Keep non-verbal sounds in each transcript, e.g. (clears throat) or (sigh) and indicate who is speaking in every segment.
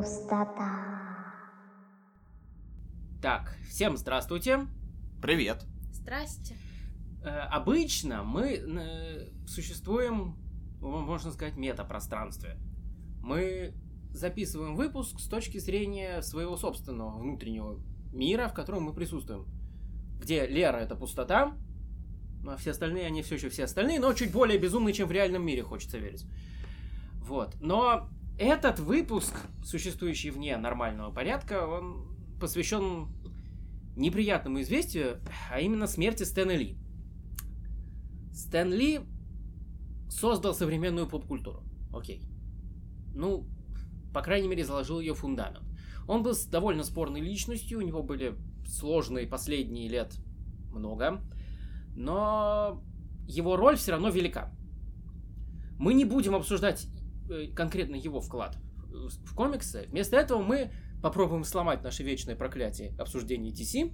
Speaker 1: Пустота.
Speaker 2: Так, всем здравствуйте.
Speaker 3: Привет.
Speaker 4: Здрасте.
Speaker 2: Э, обычно мы э, существуем, м- можно сказать, в метапространстве. Мы записываем выпуск с точки зрения своего собственного внутреннего мира, в котором мы присутствуем. Где Лера — это пустота, а все остальные, они все еще все остальные, но чуть более безумные, чем в реальном мире, хочется верить. Вот. Но этот выпуск, существующий вне нормального порядка, он посвящен неприятному известию, а именно смерти Стэна Ли. Стэн Ли создал современную поп-культуру. Окей. Ну, по крайней мере, заложил ее фундамент. Он был с- довольно спорной личностью, у него были сложные последние лет много, но его роль все равно велика. Мы не будем обсуждать э, конкретно его вклад в в комиксы. Вместо этого мы попробуем сломать наше вечное проклятие обсуждения DC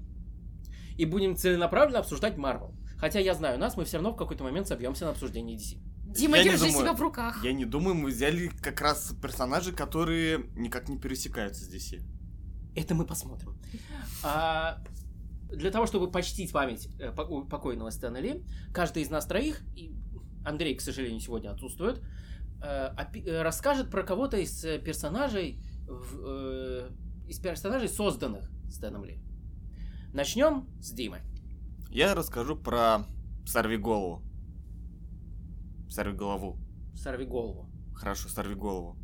Speaker 2: и будем целенаправленно обсуждать Marvel. Хотя я знаю, нас мы все равно в какой-то момент собьемся на обсуждении DC.
Speaker 4: Дима,
Speaker 3: Я не
Speaker 4: держи
Speaker 3: думаю.
Speaker 4: себя в руках.
Speaker 3: Я не думаю, мы взяли как раз персонажи, которые никак не пересекаются здесь.
Speaker 2: Это мы посмотрим. А, для того, чтобы почтить память э, по- у покойного Стэна Ли, каждый из нас троих, и Андрей, к сожалению, сегодня отсутствует, э, опи- э, расскажет про кого-то из э, персонажей, в- э, из персонажей, созданных Стэном Ли. Начнем с Димы.
Speaker 3: Я расскажу про сорви голову. Сорви голову.
Speaker 2: Сорви голову.
Speaker 3: Хорошо, сорви голову.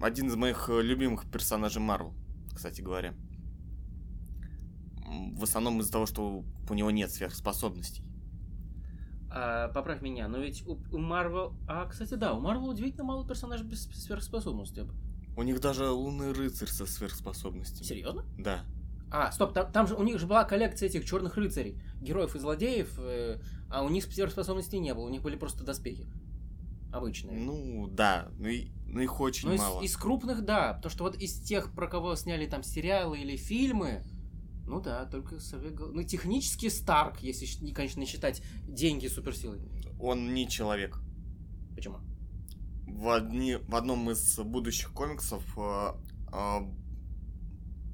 Speaker 3: Один из моих э, любимых персонажей Марвел, кстати говоря. М, В основном из-за того, что у него нет сверхспособностей.
Speaker 2: А, поправь меня, но ведь у, у Марвел... А, кстати, да, у Марвел удивительно мало персонажей без сверхспособностей.
Speaker 3: У них даже лунный рыцарь со сверхспособностями.
Speaker 2: Серьезно?
Speaker 3: Да.
Speaker 2: А, стоп, там, там же у них же была коллекция этих черных рыцарей, героев и злодеев, э, а у них сверхспособностей не было, у них были просто доспехи. Обычные.
Speaker 3: Ну, да. Ну, и- ну их очень
Speaker 2: Но из,
Speaker 3: мало.
Speaker 2: из крупных, да. Потому что вот из тех, про кого сняли там сериалы или фильмы, ну да, только сове- гол- Ну, технически Старк, если, щ- не, конечно, не считать деньги суперсилой.
Speaker 3: Он не человек.
Speaker 2: Почему?
Speaker 3: В, одни, в одном из будущих комиксов э, э,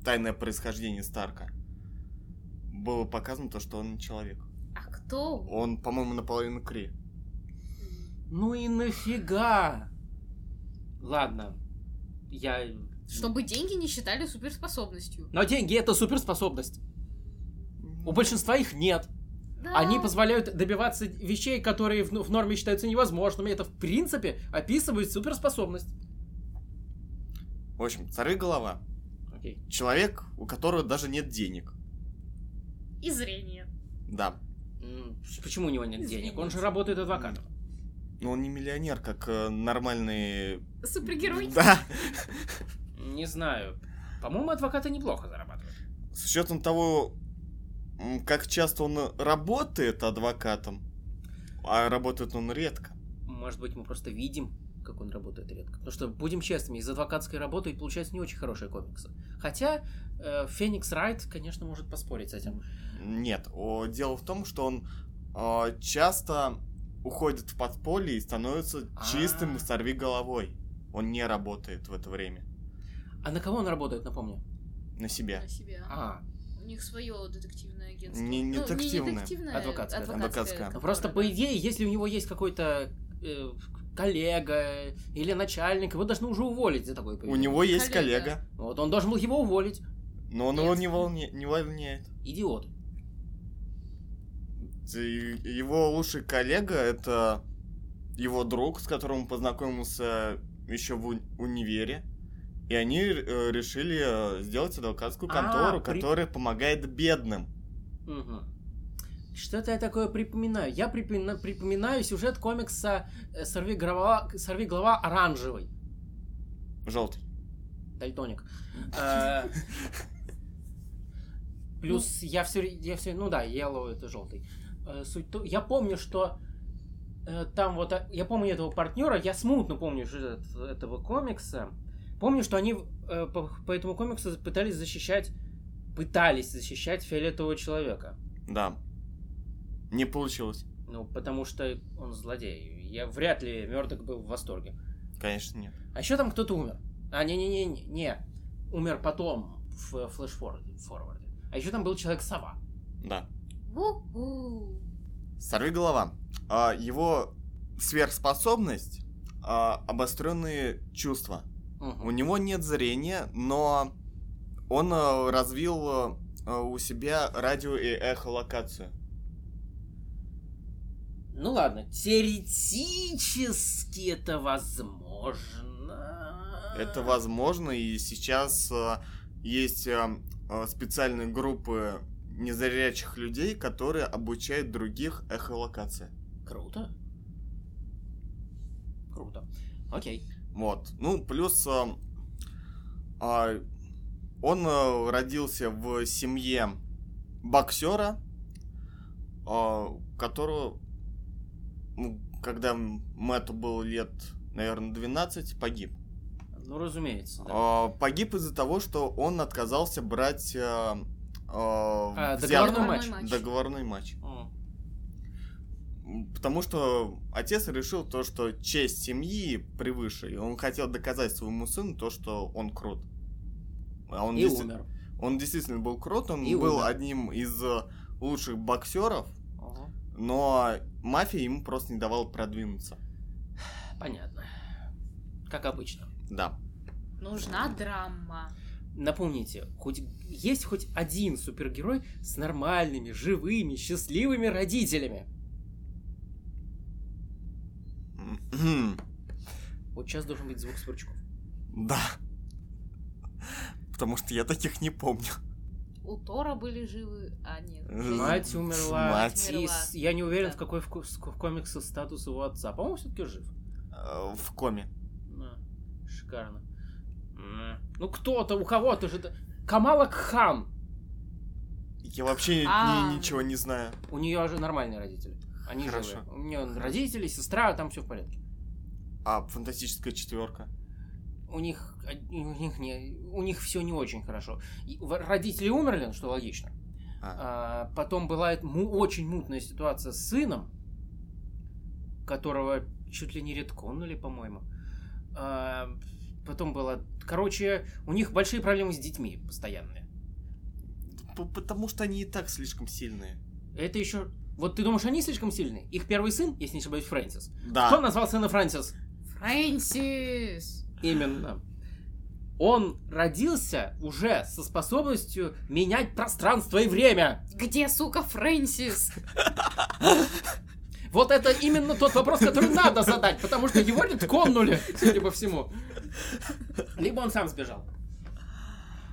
Speaker 3: «Тайное происхождение Старка» было показано то, что он не человек.
Speaker 4: А кто?
Speaker 3: Он, по-моему, наполовину Кри.
Speaker 2: Ну и нафига? Ладно. Я...
Speaker 4: Чтобы деньги не считали суперспособностью.
Speaker 2: Но деньги это суперспособность. У большинства их нет.
Speaker 4: Да.
Speaker 2: Они позволяют добиваться вещей, которые в, в норме считаются невозможными. Это, в принципе, описывает суперспособность.
Speaker 3: В общем, цары голова.
Speaker 2: Окей.
Speaker 3: Человек, у которого даже нет денег.
Speaker 4: И зрение.
Speaker 3: Да.
Speaker 2: М, Почему у него нет денег? Он же
Speaker 4: Извините.
Speaker 2: работает адвокатом.
Speaker 3: Но он не миллионер, как э, нормальные...
Speaker 4: Супергерой.
Speaker 3: (laughs) Да.
Speaker 2: Не знаю. По-моему, адвокаты неплохо зарабатывают.
Speaker 3: С учетом того, м, как часто он работает адвокатом, а работает он редко.
Speaker 2: Может быть, мы просто видим, как он работает редко. Потому что, будем честными, из адвокатской работы получаются не очень хорошие комиксы. Хотя э, Феникс Райт, конечно, может поспорить с этим.
Speaker 3: Нет, о, дело в том, что он э, часто уходит в подполье и становится
Speaker 2: А.
Speaker 3: чистым и сорви головой. Он не работает в это время.
Speaker 2: А на кого он работает, напомню?
Speaker 3: На себя.
Speaker 4: На себя.
Speaker 2: А,
Speaker 4: У них свое детективное агентство.
Speaker 3: Не- не
Speaker 4: Ну,
Speaker 3: детективное.
Speaker 4: детективное,
Speaker 2: Адвокатское, да.
Speaker 3: Адвокатское.
Speaker 4: которое-
Speaker 2: Просто, по идее, если у него есть какой-то э, коллега или начальник, его должны уже уволить за такой
Speaker 3: У
Speaker 2: поведение.
Speaker 3: него есть
Speaker 4: Коллега.
Speaker 3: коллега,
Speaker 2: Вот, он должен был его уволить.
Speaker 3: но он его
Speaker 4: Нет.
Speaker 3: не, волне- не волнеет.
Speaker 2: Идиот.
Speaker 3: Т- и- Его лучший коллега это его друг, с которым он познакомился еще в уни- универе. И они э, решили э, сделать адвокатскую
Speaker 2: А,
Speaker 3: контору,
Speaker 2: при-
Speaker 3: которая помогает бедным.
Speaker 2: Мгм. Что-то я такое припоминаю. Я припомина- припоминаю сюжет комикса э, «Сорви голова, «Сорви голова оранжевый».
Speaker 3: Желтый.
Speaker 2: Дальтоник. Э, Плюс я все, я все, ну да, yellow это желтый. Э, Суть, то- я помню, что э, там вот, а, я помню этого партнера, я смутно помню сюжет этого комикса. Помню, что они э, по, по этому комиксу пытались защищать, пытались защищать фиолетового человека.
Speaker 3: Да. Не получилось.
Speaker 2: Ну, потому что он злодей. Я вряд ли Мёрдок был в восторге.
Speaker 3: Конечно, нет.
Speaker 2: А еще там кто-то умер. А, не-не-не, не. Умер потом в флеш-форварде. А еще там был человек-сова.
Speaker 3: Да.
Speaker 4: Ву-ху.
Speaker 3: Сорви голова. А, его сверхспособность а, обостренные чувства.
Speaker 2: Мгм.
Speaker 3: У него нет зрения, но он э, развил э, у себя радио и эхолокацию.
Speaker 2: Ну ладно, теоретически это возможно.
Speaker 3: Это возможно, и сейчас э, есть э, э, специальные группы незрячих людей, которые обучают других эхолокации.
Speaker 2: Круто. Круто. Окей.
Speaker 3: Вот. Ну, плюс э, а, он э, родился в семье боксера, а, которого, ну, когда Мэтту было лет, наверное, 12, погиб.
Speaker 2: Ну, разумеется, да.
Speaker 3: А, погиб из-за того, что он отказался брать э, э,
Speaker 2: А,
Speaker 3: взятку.
Speaker 2: договорной матч.
Speaker 4: матч.
Speaker 3: договорной матч.
Speaker 2: М.
Speaker 3: Потому что отец решил то, что честь семьи превыше, и он хотел доказать своему сыну то, что он крут. А он,
Speaker 2: И
Speaker 3: действи-
Speaker 2: умер.
Speaker 3: он действительно был крут, он
Speaker 2: И
Speaker 3: был
Speaker 2: умер.
Speaker 3: одним из э, лучших боксеров,
Speaker 2: Ага.
Speaker 3: но мафия ему просто не давала продвинуться.
Speaker 2: Понятно. Как обычно.
Speaker 3: Да.
Speaker 4: Нужна драма.
Speaker 2: Напомните, хоть есть хоть один супергерой с нормальными, живыми, счастливыми родителями.
Speaker 3: Мгм.
Speaker 2: Вот сейчас должен быть звук сверчков.
Speaker 3: Да. Потому что я таких не помню.
Speaker 4: У Тора были живы, а нет.
Speaker 3: Мать
Speaker 2: Мать умерла.
Speaker 3: Мать.
Speaker 2: И с- я не уверен,
Speaker 4: Да.
Speaker 2: в какой в, ко- в комиксах статус его отца. По-моему, все-таки жив.
Speaker 3: Э, В коме.
Speaker 2: Да, Шикарно. М. Ну кто-то, у кого-то же... это- Камала Кхан.
Speaker 3: Я вообще ни-
Speaker 4: А.
Speaker 3: ничего не знаю.
Speaker 2: У нее же нормальные родители. Они
Speaker 3: Хорошо.
Speaker 2: живые. У нее родители, сестра, там все в порядке.
Speaker 3: А фантастическая четверка.
Speaker 2: У них, у них, не, у них все не очень хорошо. И в- Родители умерли, что логично. А, потом была эта му- очень мутная ситуация с сыном, которого чуть ли не редконнули, по-моему. А, потом было... Короче, у них большие проблемы с детьми постоянные.
Speaker 3: П- Потому что они и так слишком сильные.
Speaker 2: Это еще... Вот ты думаешь, они слишком сильные? Их первый сын, если не ошибаюсь, Фрэнсис. Кто
Speaker 3: Да.
Speaker 2: назвал сына Фрэнсис?
Speaker 4: Фрэнсис!
Speaker 2: Именно. Он родился уже со способностью менять пространство и время.
Speaker 4: Где, сука, Фрэнсис?
Speaker 2: Вот это именно тот вопрос, который надо задать, потому что его коннули, судя по всему. Либо он сам сбежал.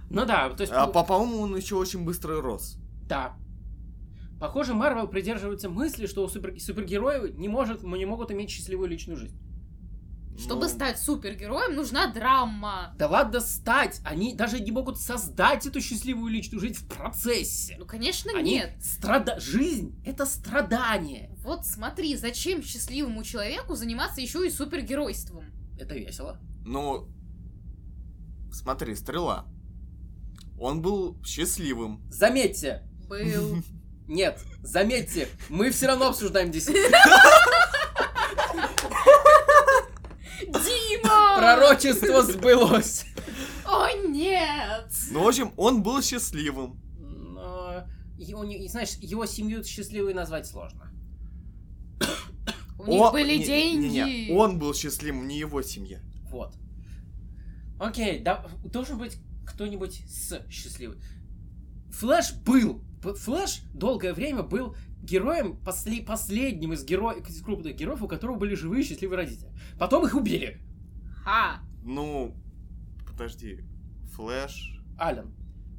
Speaker 2: Ну да, то есть...
Speaker 3: А, по- по-моему, он еще очень быстро рос.
Speaker 2: Да. Похоже, Марвел придерживается мысли, что у супер- супергероев не, может, не могут иметь счастливую личную жизнь.
Speaker 4: Чтобы
Speaker 3: Ну,
Speaker 4: стать супергероем, нужна драма.
Speaker 2: Да ладно стать! Они даже не могут создать эту счастливую личную жизнь в процессе.
Speaker 4: Ну, конечно,
Speaker 2: Они
Speaker 4: нет.
Speaker 2: страда... Жизнь — это страдание.
Speaker 4: Вот смотри, зачем счастливому человеку заниматься еще и супергеройством?
Speaker 2: Это весело.
Speaker 3: Ну, смотри, стрела. Он был счастливым.
Speaker 2: Заметьте,
Speaker 4: Был.
Speaker 2: нет, заметьте, мы все равно обсуждаем DC. (laughs)
Speaker 4: Дима!
Speaker 2: Пророчество сбылось.
Speaker 4: О, нет!
Speaker 3: (laughs) Ну, в общем, он был счастливым.
Speaker 2: Но его не- и знаешь, его семью счастливой назвать сложно.
Speaker 4: У
Speaker 3: О-
Speaker 4: них были
Speaker 3: не-
Speaker 4: деньги.
Speaker 3: не- не, Он был счастливым, не его семья.
Speaker 2: Вот. Окей, да, должен быть кто-нибудь с счастливый. Флэш был. П- Флэш долгое время был героем, после- последним из, геро- из крупных героев, у которого были живые счастливые родители. Потом их убили.
Speaker 4: Ха!
Speaker 3: Ну, подожди, Флэш.
Speaker 2: Ален.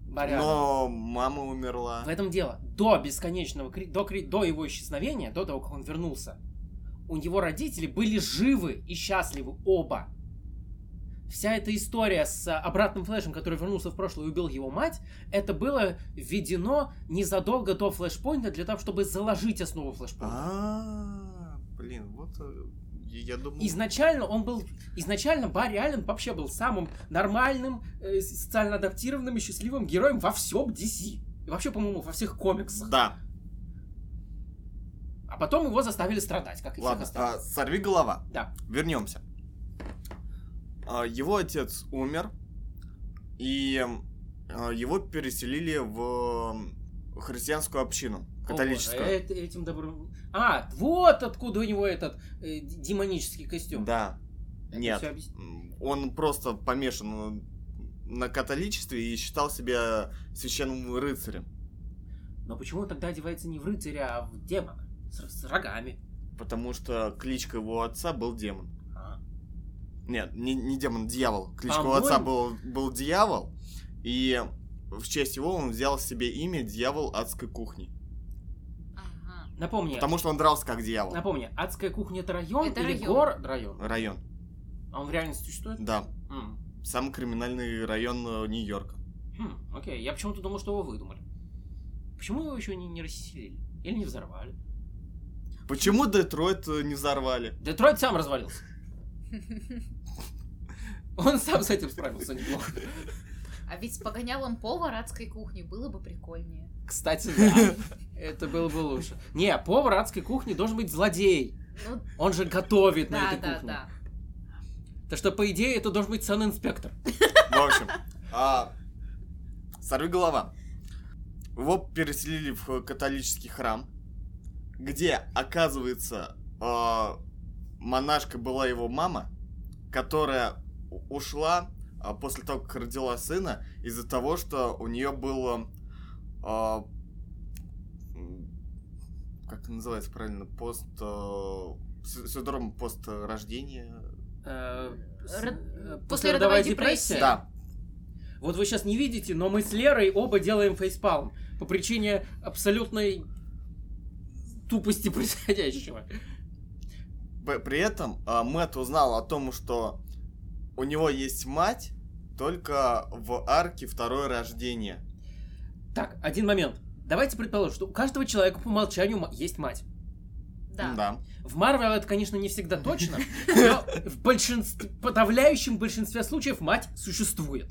Speaker 2: Барян.
Speaker 3: Но мама умерла.
Speaker 2: В этом дело. До бесконечного, кри- до, кри- до его исчезновения, до того, как он вернулся, у него родители были живы и счастливы оба. Вся эта история с а, обратным флешем, который вернулся в прошлое и убил его мать, это было введено незадолго до флешпоинта для того, чтобы заложить основу флешпоинта.
Speaker 3: А, блин, вот э, я я думал.
Speaker 2: Изначально он был, изначально Барри Аллен вообще был самым нормальным, э, социально адаптированным и счастливым героем во всем DC. И вообще, по-моему, во всех комиксах.
Speaker 3: Да,
Speaker 2: А потом его заставили страдать, как и всех
Speaker 3: ладно.
Speaker 2: остальных.
Speaker 3: сорви голова.
Speaker 2: Да.
Speaker 3: Вернемся. А, Его отец умер, и а, его переселили в м, христианскую общину,
Speaker 2: О,
Speaker 3: католическую.
Speaker 2: это- этим добром... А, вот откуда у него этот э, д- демонический костюм.
Speaker 3: Да.
Speaker 2: Это
Speaker 3: Нет.
Speaker 2: всё объяс-
Speaker 3: М, Он просто помешан на католичестве и считал себя священным рыцарем.
Speaker 2: Но почему он тогда одевается не в рыцаря, а в демона? С, с рогами.
Speaker 3: Потому что кличка его отца был демон.
Speaker 2: А.
Speaker 3: Нет, не, не демон, дьявол. Кличка его
Speaker 2: По-моему-
Speaker 3: отца был, был дьявол. И в честь его он взял себе имя дьявол адской кухни.
Speaker 4: Ага.
Speaker 2: Напомни, а,
Speaker 3: Потому что он дрался как дьявол.
Speaker 2: напомни, адская кухня это район
Speaker 4: Это
Speaker 2: или
Speaker 4: район.
Speaker 2: гор район?
Speaker 3: Район.
Speaker 2: А он в реальности существует?
Speaker 3: Да.
Speaker 2: М.
Speaker 3: Самый криминальный район э, Нью-Йорка.
Speaker 2: Хм, окей, я почему-то думал, что его выдумали. Почему его еще не, не расселили? Или не взорвали?
Speaker 3: Почему Детройт э, не взорвали?
Speaker 2: Детройт сам
Speaker 4: (laughs)
Speaker 2: развалился. Он сам с этим справился неплохо.
Speaker 4: А ведь с погонялом повар адской кухни было бы прикольнее.
Speaker 2: Кстати, да. Это было бы лучше. Не, повар адской кухни должен быть злодей.
Speaker 4: Ну,
Speaker 2: Он же готовит на
Speaker 4: да,
Speaker 2: этой
Speaker 4: да,
Speaker 2: кухне.
Speaker 4: да.
Speaker 2: Так что, по идее, это должен быть сан-инспектор.
Speaker 3: В общем, а, сорви голова. Его переселили в х- католический храм, где, оказывается, а, монашка была его мама, которая у- ушла а, после того, как родила сына, из-за того, что у нее было... а, м, как это называется правильно? Пост... а, с- синдром построждения.
Speaker 2: Э, с-
Speaker 4: Род-
Speaker 2: э,
Speaker 4: послеродовая
Speaker 2: послеродовая
Speaker 4: депрессия.
Speaker 2: депрессия.
Speaker 3: Да,
Speaker 2: Вот вы сейчас не видите, но мы с Лерой оба делаем фейспалм. По причине абсолютной тупости (laughs) происходящего.
Speaker 3: П- При этом а, Мэтт узнал о том, что у него есть мать только в арке второе рождение.
Speaker 2: Так, один момент. Давайте предположим, что у каждого человека по умолчанию ма- есть мать.
Speaker 4: Да.
Speaker 3: Да.
Speaker 2: В Марвел это, конечно, не всегда точно, но в большинстве, подавляющем большинстве случаев мать существует.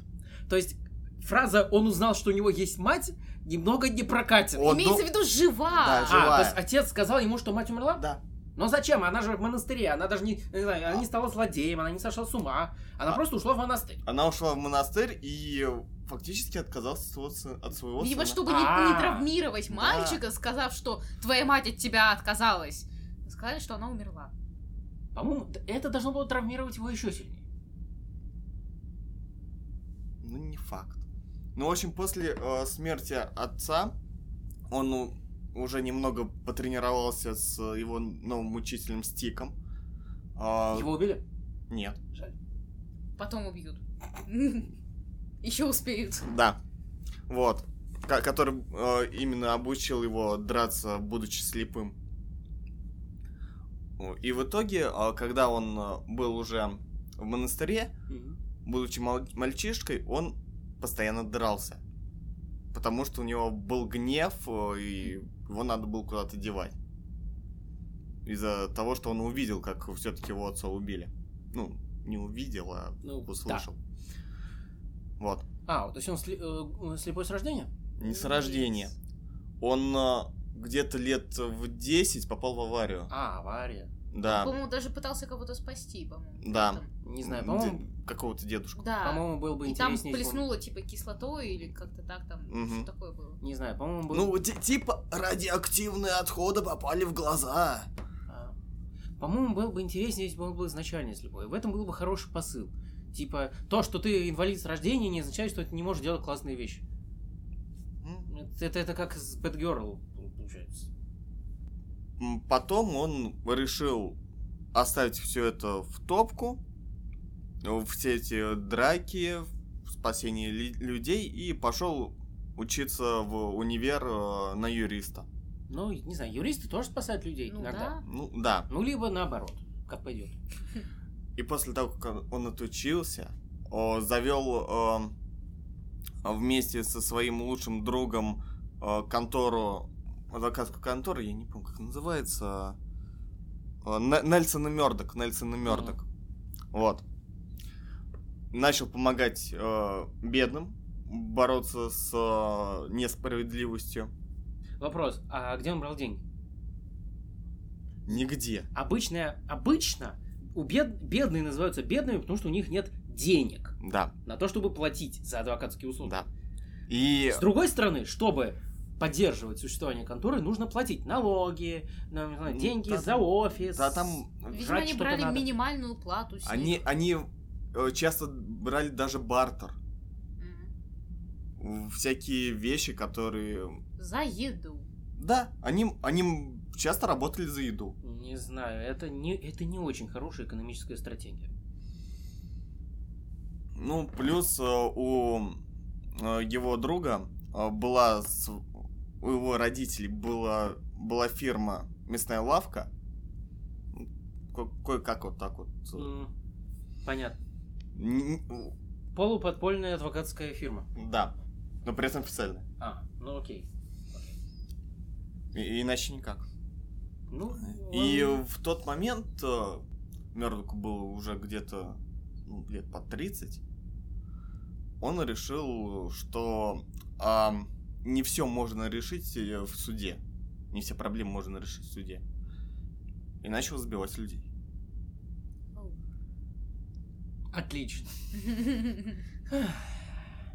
Speaker 2: То есть фраза «он узнал, что у него есть мать» немного не прокатит.
Speaker 3: Он
Speaker 4: Имеется
Speaker 3: дум-
Speaker 4: в виду жива.
Speaker 3: ну, Да,
Speaker 2: А,
Speaker 3: жива.
Speaker 2: то есть отец сказал ему, что мать умерла?
Speaker 3: Да.
Speaker 2: Но зачем? Она же в монастыре, она даже не, не знаю, она не стала злодеем, она не сошла с ума, она
Speaker 3: А.
Speaker 2: просто ушла в монастырь.
Speaker 3: Она ушла в монастырь и фактически отказался от своего сы- от своего
Speaker 4: Видимо,
Speaker 3: сына.
Speaker 4: чтобы не,
Speaker 2: А.
Speaker 4: не травмировать
Speaker 3: Да.
Speaker 4: мальчика, сказав, что твоя мать от тебя отказалась. Сказали, что она умерла.
Speaker 2: По-моему, д- это должно было травмировать его еще сильнее.
Speaker 3: Ну, не факт. Ну, в общем, после э, смерти отца он у- уже немного потренировался с его новым учителем Стиком. А,
Speaker 2: Его убили?
Speaker 3: Нет.
Speaker 2: Жаль.
Speaker 4: Потом убьют. (laughs) Еще успеют.
Speaker 3: Да. Вот. Ко- Который э, именно обучил его драться, будучи слепым. О, И в итоге, э, когда он э, был уже в монастыре,
Speaker 2: Мгм.
Speaker 3: будучи мал- мальчишкой, он постоянно дрался. Потому что у него был гнев, э, и его надо было куда-то девать. Из-за того, что он увидел, как все-таки его отца убили. Ну, не увидел, а
Speaker 2: Ну, да.
Speaker 3: услышал. Вот.
Speaker 2: А, то есть он сли- э, э, слепой с рождения?
Speaker 3: Не с рождения. Он э, где-то лет в 10 попал в аварию.
Speaker 2: А, авария.
Speaker 3: Да.
Speaker 4: По-моему, даже пытался кого-то спасти, по-моему.
Speaker 3: Да.
Speaker 4: Там-
Speaker 2: Не знаю, по-моему,
Speaker 3: Де- Какого-то дедушку.
Speaker 4: Да.
Speaker 2: По-моему, было бы
Speaker 4: И там
Speaker 2: интереснее. если бы он-
Speaker 4: плеснуло, типа, кислотой или как-то так там.
Speaker 3: Мгм.
Speaker 4: Что такое было?
Speaker 2: Не знаю, по-моему, было...
Speaker 3: Ну, ти- типа радиоактивные отходы попали в глаза.
Speaker 2: а, По-моему, было бы интереснее, если бы он был изначально слепой. В этом был бы хороший посыл. Типа, то, что ты инвалид с рождения, не означает, что ты не можешь делать классные вещи.
Speaker 3: М.
Speaker 2: Это, это, это как с Бэтгерл, получается.
Speaker 3: М, Потом он решил оставить все это в топку. э, Все эти драки, спасение ли- людей. И пошел учиться в универ э, на юриста.
Speaker 2: Ну, не знаю, юристы тоже спасают людей
Speaker 4: Ну
Speaker 2: иногда.
Speaker 4: да.
Speaker 3: Ну, да.
Speaker 2: Ну, либо наоборот, как пойдет.
Speaker 3: И после того, как он- он отучился, о, завел э, вместе со своим лучшим другом э, контору, адвокатскую контору, я не помню, как она называется, э, Н- Нельсон и Мёрдок, Нельсон и Мёрдок. Вот. Начал помогать э, бедным, бороться с э, несправедливостью.
Speaker 2: Вопрос, а где он брал деньги?
Speaker 3: Нигде.
Speaker 2: Обычно, обычно у бед- бедные называются бедными, потому что у них нет денег
Speaker 3: Да,
Speaker 2: на то, чтобы платить за адвокатские услуги.
Speaker 3: да. И
Speaker 2: С другой стороны, чтобы поддерживать существование конторы, нужно платить налоги, на- на
Speaker 3: Ну,
Speaker 2: деньги
Speaker 3: да,
Speaker 2: за офис.
Speaker 3: да, там
Speaker 4: Видимо,
Speaker 2: Жрать
Speaker 4: они
Speaker 2: что-то
Speaker 4: брали
Speaker 2: надо.
Speaker 4: минимальную плату. с
Speaker 3: они,
Speaker 4: них.
Speaker 3: они э, часто брали даже бартер.
Speaker 4: Мгм.
Speaker 3: В- Всякие вещи, которые...
Speaker 4: За еду.
Speaker 3: Да, они, они часто работали за еду.
Speaker 2: Не знаю, это не, это не очень хорошая экономическая стратегия.
Speaker 3: Ну, плюс э, у э, его друга э, была... с- У его родителей была, была фирма «Мясная лавка». Ну, ко- Кое-как вот так вот.
Speaker 2: М, Понятно.
Speaker 3: Н- н-
Speaker 2: Полуподпольная адвокатская фирма.
Speaker 3: Да, но при этом официально.
Speaker 2: А, ну окей.
Speaker 3: И- Иначе никак.
Speaker 2: Ну,
Speaker 3: И
Speaker 2: ладно.
Speaker 3: в тот момент э, Мёрдоку было уже где-то ну, лет по 30. Он решил, что ам, не все можно решить э, в суде. Не все проблемы можно решить в суде. И начал сбивать людей.
Speaker 2: Отлично.
Speaker 4: (laughs)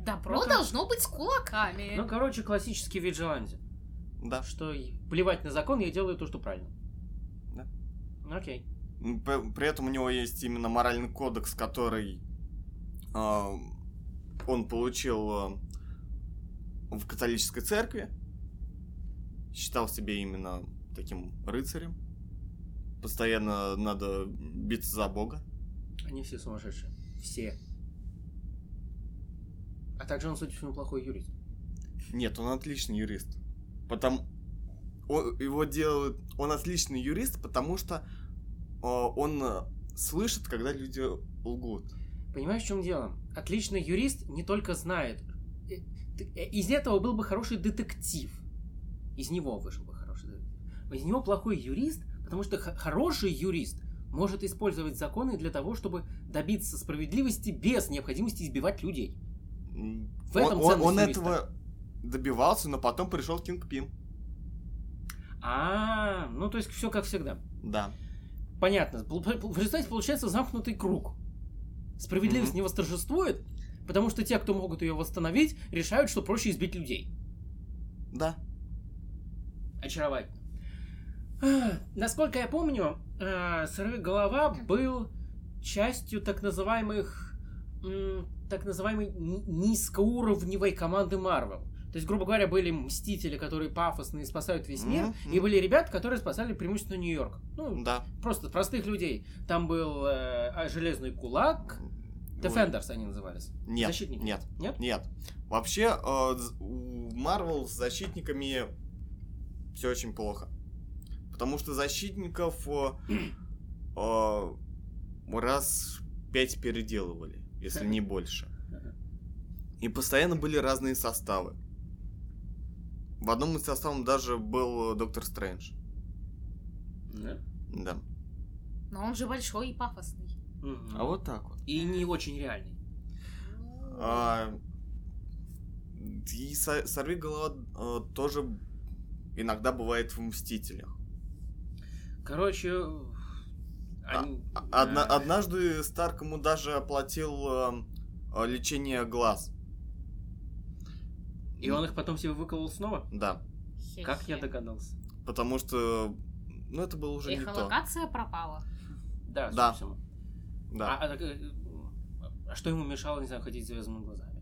Speaker 4: Добро
Speaker 2: Ну,
Speaker 4: должно быть с кулаками.
Speaker 2: Ну, короче, классический виджеланди.
Speaker 3: Да.
Speaker 2: Что и плевать на закон, я делаю то, что правильно. Ну,
Speaker 3: Да.
Speaker 2: Окей.
Speaker 3: М, п- При этом у него есть именно моральный кодекс, который а, он получил а, в католической церкви. Считал себя именно таким рыцарем. Постоянно надо биться за Бога.
Speaker 2: Они все сумасшедшие. Все. А также он, судя по всему, плохой юрист.
Speaker 3: Нет, он отличный юрист. Потому он, его делают... Он отличный юрист, потому что а, он а, слышит, когда люди лгут.
Speaker 2: Понимаешь, в чем дело? Отличный юрист не только знает. э, ты- э, Из этого был бы хороший детектив. Из него вышел бы хороший детектив. Из него плохой юрист, потому что х- хороший юрист может использовать законы для того, чтобы добиться справедливости без необходимости избивать людей.
Speaker 3: М,
Speaker 2: В этом
Speaker 3: он, он- он
Speaker 2: ценность юриста.
Speaker 3: этого добивался, но потом пришел Кинг Пин.
Speaker 2: А, ну то есть все как всегда.
Speaker 3: Да.
Speaker 2: Понятно. Пл- пл- В результате получается замкнутый круг. Справедливость
Speaker 3: Мгм.
Speaker 2: не восторжествует, потому что те, кто могут ее восстановить, решают, что проще избить людей.
Speaker 3: Да.
Speaker 2: Очаровательно. Ах, Насколько я помню, э, голова был частью так называемых м, так называемой ни- низкоуровневой команды Марвел. То есть, грубо говоря, были мстители, которые пафосные спасают весь мир,
Speaker 3: Мгм,
Speaker 2: и
Speaker 3: мгм.
Speaker 2: были ребята, которые спасали преимущественно Нью-Йорк. Ну,
Speaker 3: Да.
Speaker 2: просто простых людей. Там был э, а, Железный Кулак, Defenders они назывались.
Speaker 3: Ой. Нет.
Speaker 2: Защитники.
Speaker 3: Нет.
Speaker 2: Нет?
Speaker 3: Нет. Вообще, э, з- у Марвел с защитниками все очень плохо. Потому что
Speaker 2: (clears throat)
Speaker 3: защитников э, э, раз пять переделывали,
Speaker 2: (laughs)
Speaker 3: если не больше.
Speaker 2: Ага.
Speaker 3: И постоянно были разные составы. В одном из составов даже был э, Доктор Стрэндж.
Speaker 2: Да.
Speaker 3: Да.
Speaker 4: Но он же большой и пафосный.
Speaker 2: Мгм.
Speaker 3: А вот так вот.
Speaker 2: И не очень реальный.
Speaker 4: Ну,
Speaker 3: А, и сорви голова э, тоже иногда бывает в Мстителях.
Speaker 2: Короче,
Speaker 3: А-
Speaker 2: они- э,
Speaker 3: А- одна- однажды Старк ему даже оплатил э, э, лечение глаз.
Speaker 2: И он их потом себе выколол снова?
Speaker 3: Да,
Speaker 4: хе-хе.
Speaker 2: Как я догадался?
Speaker 3: потому что, ну это было уже не то.
Speaker 4: Эхолокация пропала.
Speaker 2: Да,
Speaker 3: Да.
Speaker 2: собственно.
Speaker 3: Да.
Speaker 2: А, а так, э, а что ему мешало, не знаю, ходить с звездными глазами?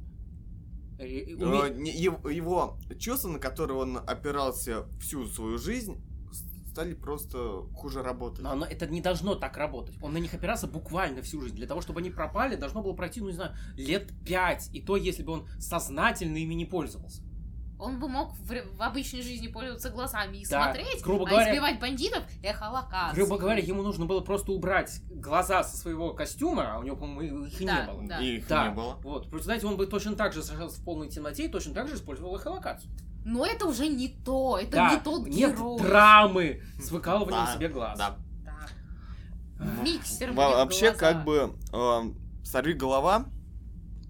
Speaker 2: Э, э, уме-
Speaker 3: Э, не- ев- его чувства, на которые он опирался всю свою жизнь, с- стали просто хуже работать.
Speaker 2: Но оно- это не должно так работать. Он на них опирался буквально всю жизнь. Для того, чтобы они пропали, должно было пройти, ну не знаю, лет пять. И то, если бы он сознательно ими не пользовался.
Speaker 4: Он бы мог в, ре- в обычной жизни пользоваться глазами и
Speaker 2: Да,
Speaker 4: смотреть,
Speaker 2: грубо
Speaker 4: а
Speaker 2: говоря-
Speaker 4: избивать бандитов — эхолокация.
Speaker 2: Грубо говоря, ему нужно было просто убрать глаза со своего костюма, а у него, по-моему, их и не
Speaker 4: Да,
Speaker 2: было.
Speaker 4: да.
Speaker 3: И их
Speaker 2: Да.
Speaker 3: не было.
Speaker 2: Вот, просто, знаете, он бы точно так же сражался в полной темноте и точно так же использовал эхолокацию.
Speaker 4: Но это уже не то, это
Speaker 2: да,
Speaker 4: не тот
Speaker 2: нет
Speaker 4: герой.
Speaker 2: драмы с выкалыванием
Speaker 3: Да,
Speaker 2: себе глаз.
Speaker 3: Да.
Speaker 4: Да.
Speaker 2: Во-
Speaker 4: Миксер
Speaker 3: Во-
Speaker 4: мне в
Speaker 3: Вообще,
Speaker 4: глаза.
Speaker 3: как бы эм, сорви голова.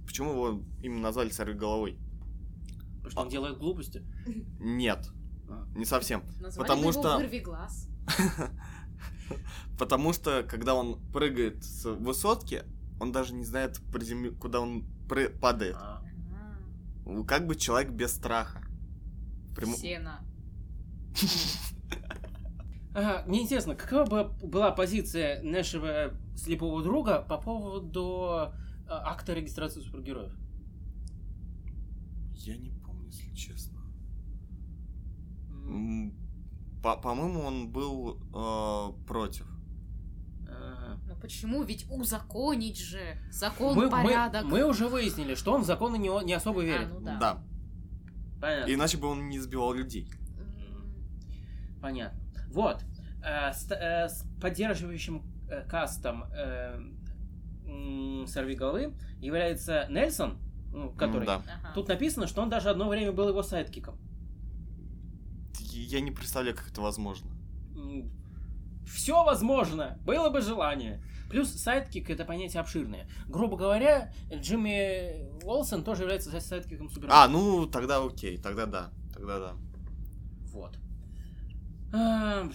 Speaker 3: Почему его именно назвали сорви головой?
Speaker 2: Потому
Speaker 3: А.
Speaker 2: что он делает глупости.
Speaker 3: Нет,
Speaker 2: А.
Speaker 3: не совсем.
Speaker 4: Назвали
Speaker 3: потому
Speaker 4: бы его
Speaker 3: что-
Speaker 4: «Вырви глаз».
Speaker 3: Потому что когда он прыгает с высотки, он даже не знает, призем- куда он пр- падает.
Speaker 2: А,
Speaker 3: Ну, Как бы человек без страха. Прямо-
Speaker 4: Сена.
Speaker 2: А, мне интересно, какова бы была позиция нашего слепого друга по поводу э, акта регистрации супергероев?
Speaker 3: Я не помню, если честно. М, по- По-моему, он был э, против.
Speaker 2: А,
Speaker 4: Ну почему? Ведь узаконить же. Закон,
Speaker 2: мы, мы-
Speaker 4: порядок.
Speaker 2: мы уже выяснили, что он в законы не, о- не особо верит.
Speaker 4: ну Да.
Speaker 3: Да.
Speaker 2: Понятно.
Speaker 3: Иначе бы он не сбивал людей.
Speaker 4: М,
Speaker 2: Понятно. Вот. Э, с, э, с поддерживающим э, кастом э, сорви головы является Нельсон, ну, который.
Speaker 3: Да.
Speaker 4: ага.
Speaker 2: Тут написано, что он даже одно время был его сайдкиком.
Speaker 3: Я я не представляю, как это возможно.
Speaker 2: Все возможно, было бы желание. Плюс сайдкик это понятие обширное. Грубо говоря, Джимми Уолсон тоже является сайдкиком Супермена.
Speaker 3: А, ну тогда окей, тогда да. Тогда да.
Speaker 2: Вот. А,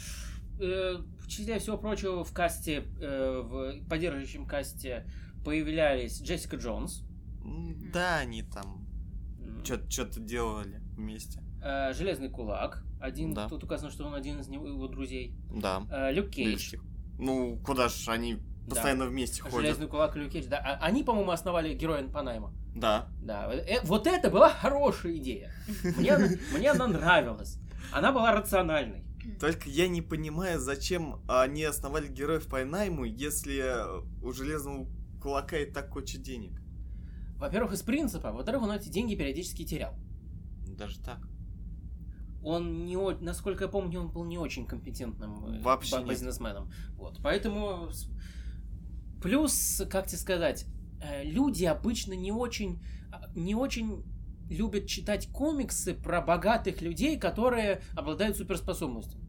Speaker 2: э, В числе всего прочего в касте, э, в поддерживающем касте появлялись Джессика Джонс,
Speaker 3: М, Да, они там
Speaker 2: м,
Speaker 3: что-то делали вместе.
Speaker 2: э, Железный Кулак, один,
Speaker 3: Да.
Speaker 2: тут указано, что он один из него- его друзей,
Speaker 3: Да.
Speaker 2: э, Люк Кейдж,
Speaker 3: близких. Ну, куда ж они
Speaker 2: Да.
Speaker 3: постоянно вместе ходят.
Speaker 2: Железный Кулак и Люк Кейдж, да, а- они, по-моему, основали Героя по найму.
Speaker 3: Да.
Speaker 2: Да, э, вот это была хорошая идея. Мне, она- мне она нравилась. Она была рациональной.
Speaker 3: Только я не понимаю, зачем они основали героев по найму, если у железного кулака и так куча денег.
Speaker 2: Во-первых, из принципа, во-вторых, он эти деньги периодически терял.
Speaker 3: Даже так.
Speaker 2: Он не, о- насколько я помню, он был не очень компетентным э,
Speaker 3: Вообще
Speaker 2: ба-
Speaker 3: нет.
Speaker 2: бизнесменом. Вот, поэтому с- плюс, как тебе сказать, э, люди обычно не очень, а, не очень любят читать комиксы про богатых людей, которые обладают суперспособностью.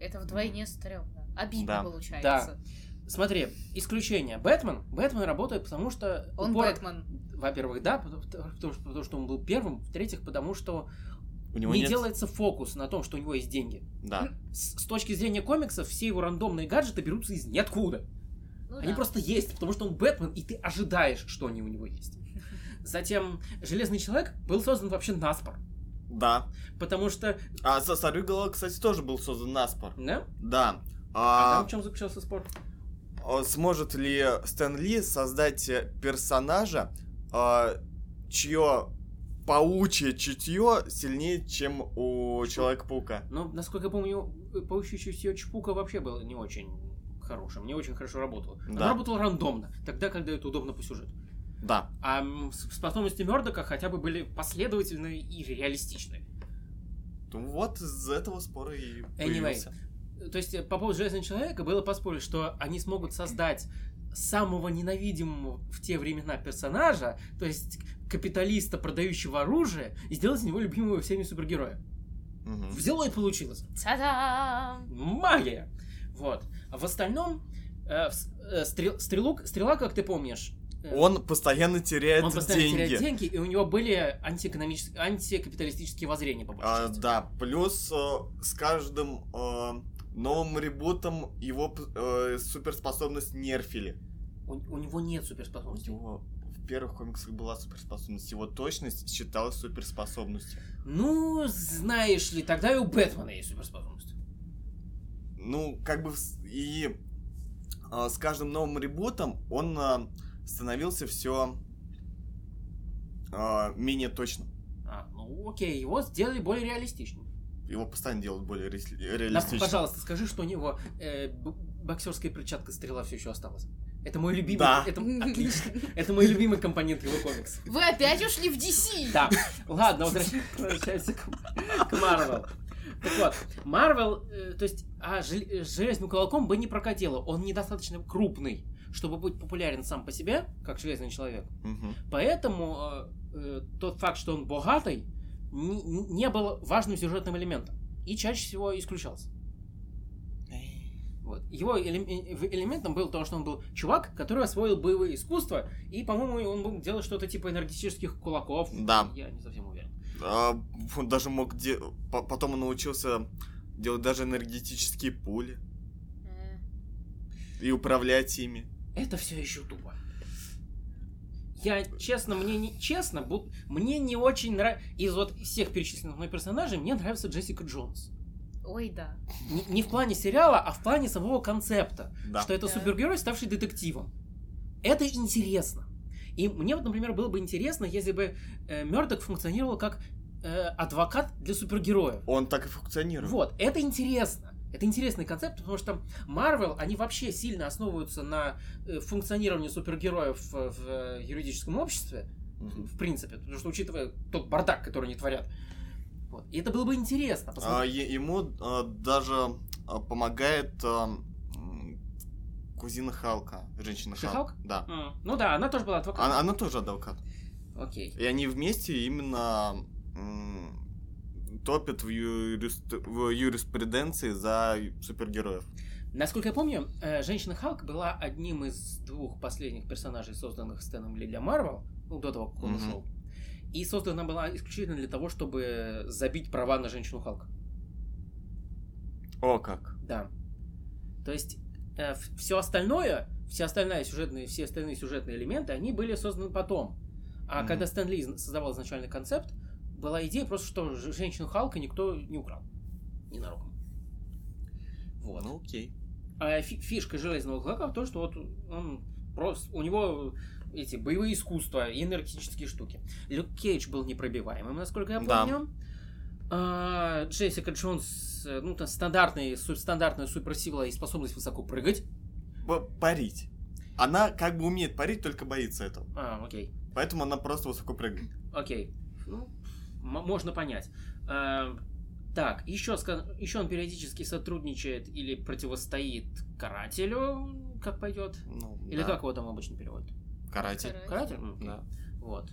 Speaker 4: Это вдвойне стрёмно. Обидно
Speaker 3: Да.
Speaker 4: получается.
Speaker 2: Смотри, исключение. Бэтмен. Бэтмен работает, потому что
Speaker 4: Он
Speaker 2: упор-
Speaker 4: Бэтмен.
Speaker 2: Во-первых, да, потому потому что, потому что он был первым. В-третьих, потому что
Speaker 3: У него
Speaker 2: не
Speaker 3: нет-
Speaker 2: делается фокус на том, что у него есть деньги.
Speaker 3: Да.
Speaker 2: С, с точки зрения комиксов, все его рандомные гаджеты берутся из ниоткуда.
Speaker 4: Ну
Speaker 2: Они
Speaker 4: да.
Speaker 2: просто есть, потому что он Бэтмен, и ты ожидаешь, что они у него есть. Затем Железный Человек был создан вообще наспор.
Speaker 3: Да.
Speaker 2: Потому что...
Speaker 3: А со- Сорвиголова, кстати, тоже был создан наспор.
Speaker 2: Да?
Speaker 3: Да.
Speaker 2: А,
Speaker 3: А,
Speaker 2: там в чем заключался спор?
Speaker 3: а, сможет ли Стэн Ли создать э, персонажа, а, чье паучье чутье сильнее, чем у Человека-паука?
Speaker 2: Но, насколько я помню, э, паучущийся Чпука вообще был не очень хорошим, не очень хорошо работал. Она
Speaker 3: Да.
Speaker 2: работала рандомно, тогда, когда это удобно по сюжету.
Speaker 3: Да.
Speaker 2: А м, с- способности Мердока хотя бы были последовательны и реалистичны.
Speaker 3: Ну вот из этого спора и
Speaker 2: Anyway.
Speaker 3: появился.
Speaker 2: То есть э, по поводу Железного Человека было поспорить, что они смогут создать самого ненавидимого в те времена персонажа, то есть капиталиста, продающего оружие, и сделать из него любимого всеми супергероя.
Speaker 3: Мгм.
Speaker 2: Взяло и получилось.
Speaker 4: Та-дам!
Speaker 2: Магия! Вот. А в остальном, э, в с- э, стрел- стрелок, стрела, как ты помнишь, э,
Speaker 3: Он постоянно теряет
Speaker 2: он постоянно
Speaker 3: деньги.
Speaker 2: теряет деньги, и у него были антиэкономические, антикапиталистические воззрения, по большей
Speaker 3: А,
Speaker 2: части.
Speaker 3: да, плюс э, с каждым э, новым ребутом его п- э, суперспособность нерфили.
Speaker 2: У, у него нет
Speaker 3: У
Speaker 2: суперспособностей.
Speaker 3: него в первых комиксах была суперспособность, его точность считалась суперспособностью.
Speaker 2: Ну, знаешь ли, тогда и у Бэтмена есть суперспособность.
Speaker 3: Ну, как бы с- и э, с каждым новым ребутом он э, становился все менее точным.
Speaker 2: А, ну окей, его сделали более реалистичным.
Speaker 3: Его постоянно делают более реали-
Speaker 2: Да,
Speaker 3: реалистичным.
Speaker 2: пожалуйста, скажи, что у него э, б- боксерская перчатка стрела все еще осталась. Это мой любимый.
Speaker 3: Да.
Speaker 2: Это,
Speaker 4: (laughs)
Speaker 2: отлично. Это мой любимый компонент его комикса.
Speaker 4: Вы опять ушли в DC!
Speaker 2: Да. Ладно, возвращ- возвращаемся к к Марвел. Так вот, Марвел, э, то есть, а жел- э, с железным кулаком бы не прокатило. Он недостаточно крупный, чтобы быть популярен сам по себе, как железный человек.
Speaker 3: Мгм.
Speaker 2: Поэтому э, э, тот факт, что он богатый, не, не был важным сюжетным элементом. И чаще всего исключался. Вот. Его элем- э, в- элементом был то, что он был чувак, который освоил боевые искусства, и, по-моему, он был делать что-то типа энергетических кулаков.
Speaker 3: Да.
Speaker 2: Я не совсем уверен.
Speaker 3: А, он даже мог де- по- потом он научился
Speaker 4: Э,
Speaker 3: делать даже энергетические пули
Speaker 4: М,
Speaker 3: и управлять ими.
Speaker 2: Это все еще тупо. Я, честно, мне не... Честно, бу- мне не очень нравится... Из вот всех перечисленных мной персонажей мне нравится Джессика Джонс.
Speaker 4: Ой, да.
Speaker 2: Не, не в плане сериала, а в плане самого концепта.
Speaker 3: Да.
Speaker 2: Что это
Speaker 4: Да.
Speaker 2: супергерой, ставший детективом. Это интересно. И мне вот, например, было бы интересно, если бы э, Мёрдок функционировал как э, адвокат для супергероев.
Speaker 3: Он так и функционирует.
Speaker 2: Вот, это интересно. Это интересный концепт, потому что Marvel, они вообще сильно основываются на э, функционировании супергероев в, в, э, юридическом обществе,
Speaker 3: Мгм.
Speaker 2: в принципе, потому что учитывая тот бардак, который они творят. Вот. И это было бы интересно.
Speaker 3: А,
Speaker 2: посмотреть.
Speaker 3: е- ему а, даже а, помогает а, м, кузина Халка, женщина
Speaker 2: Ши-Халк?
Speaker 3: Халк. Да.
Speaker 2: М, Ну да, она тоже была адвокатом.
Speaker 3: А Она, она тоже адвокат.
Speaker 2: Окей.
Speaker 3: И они вместе именно м, топят в, юрис- в юриспруденции за супергероев.
Speaker 2: Насколько я помню, э, женщина Халк была одним из двух последних персонажей, созданных Стэном Ли для Марвел, ну, до того, как он
Speaker 3: Мгм.
Speaker 2: ушел. И создана была исключительно для того, чтобы забить права на женщину Халк.
Speaker 3: О, как.
Speaker 2: Да. То есть все остальное, все остальные сюжетные, все остальные сюжетные элементы, они были созданы потом. А
Speaker 3: Мгм.
Speaker 2: когда Стэн Ли зн- создавал изначальный концепт, была идея просто, что ж- женщину Халка никто не украл. Ненароком. Вот.
Speaker 3: Ну, окей.
Speaker 2: А фи- фишка Железного Кулака в том, что вот он просто... У него эти боевые искусства и энергетические штуки. Люк Кейдж был непробиваемым, насколько я
Speaker 3: Да.
Speaker 2: помню. А, Джессика Джонс, э, ну, там стандартная, су- стандартная суперсила и способность высоко прыгать.
Speaker 3: П- парить. Она как бы умеет парить, только боится этого.
Speaker 2: А, окей,
Speaker 3: Поэтому она просто высоко прыгает.
Speaker 2: окей. Ну, м- можно понять. А, так, еще, еще он периодически сотрудничает или противостоит карателю, как пойдет.
Speaker 3: Ну,
Speaker 2: Или
Speaker 3: да.
Speaker 2: как его там обычно переводят?
Speaker 3: Каратель.
Speaker 2: Каратель? М, окей.
Speaker 3: Да.
Speaker 2: Вот.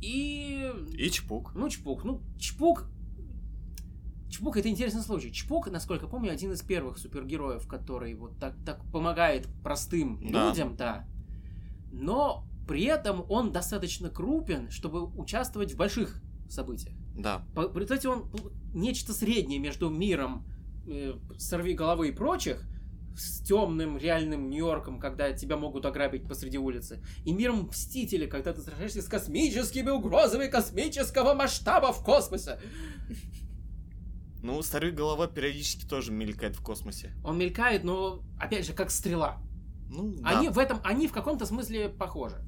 Speaker 2: И...
Speaker 3: И чпук.
Speaker 2: Ну, Чпук. Ну, Чпук... Чпук — это интересный случай. Чпук, насколько помню, один из первых супергероев, который вот так, так помогает простым
Speaker 3: Да.
Speaker 2: людям, да. Но при этом он достаточно крупен, чтобы участвовать в больших событиях.
Speaker 3: Да.
Speaker 2: По- В результате он пл- нечто среднее между миром э, сорви головы и прочих, с темным реальным Нью-Йорком, когда тебя могут ограбить посреди улицы, и миром Мстителя, когда ты сражаешься с космическими угрозами космического масштаба в космосе.
Speaker 3: Ну, старый голова периодически тоже мелькает в космосе.
Speaker 2: Он мелькает, но, опять же, как стрела.
Speaker 3: Ну, да.
Speaker 2: Они в этом, они в каком-то смысле похожи.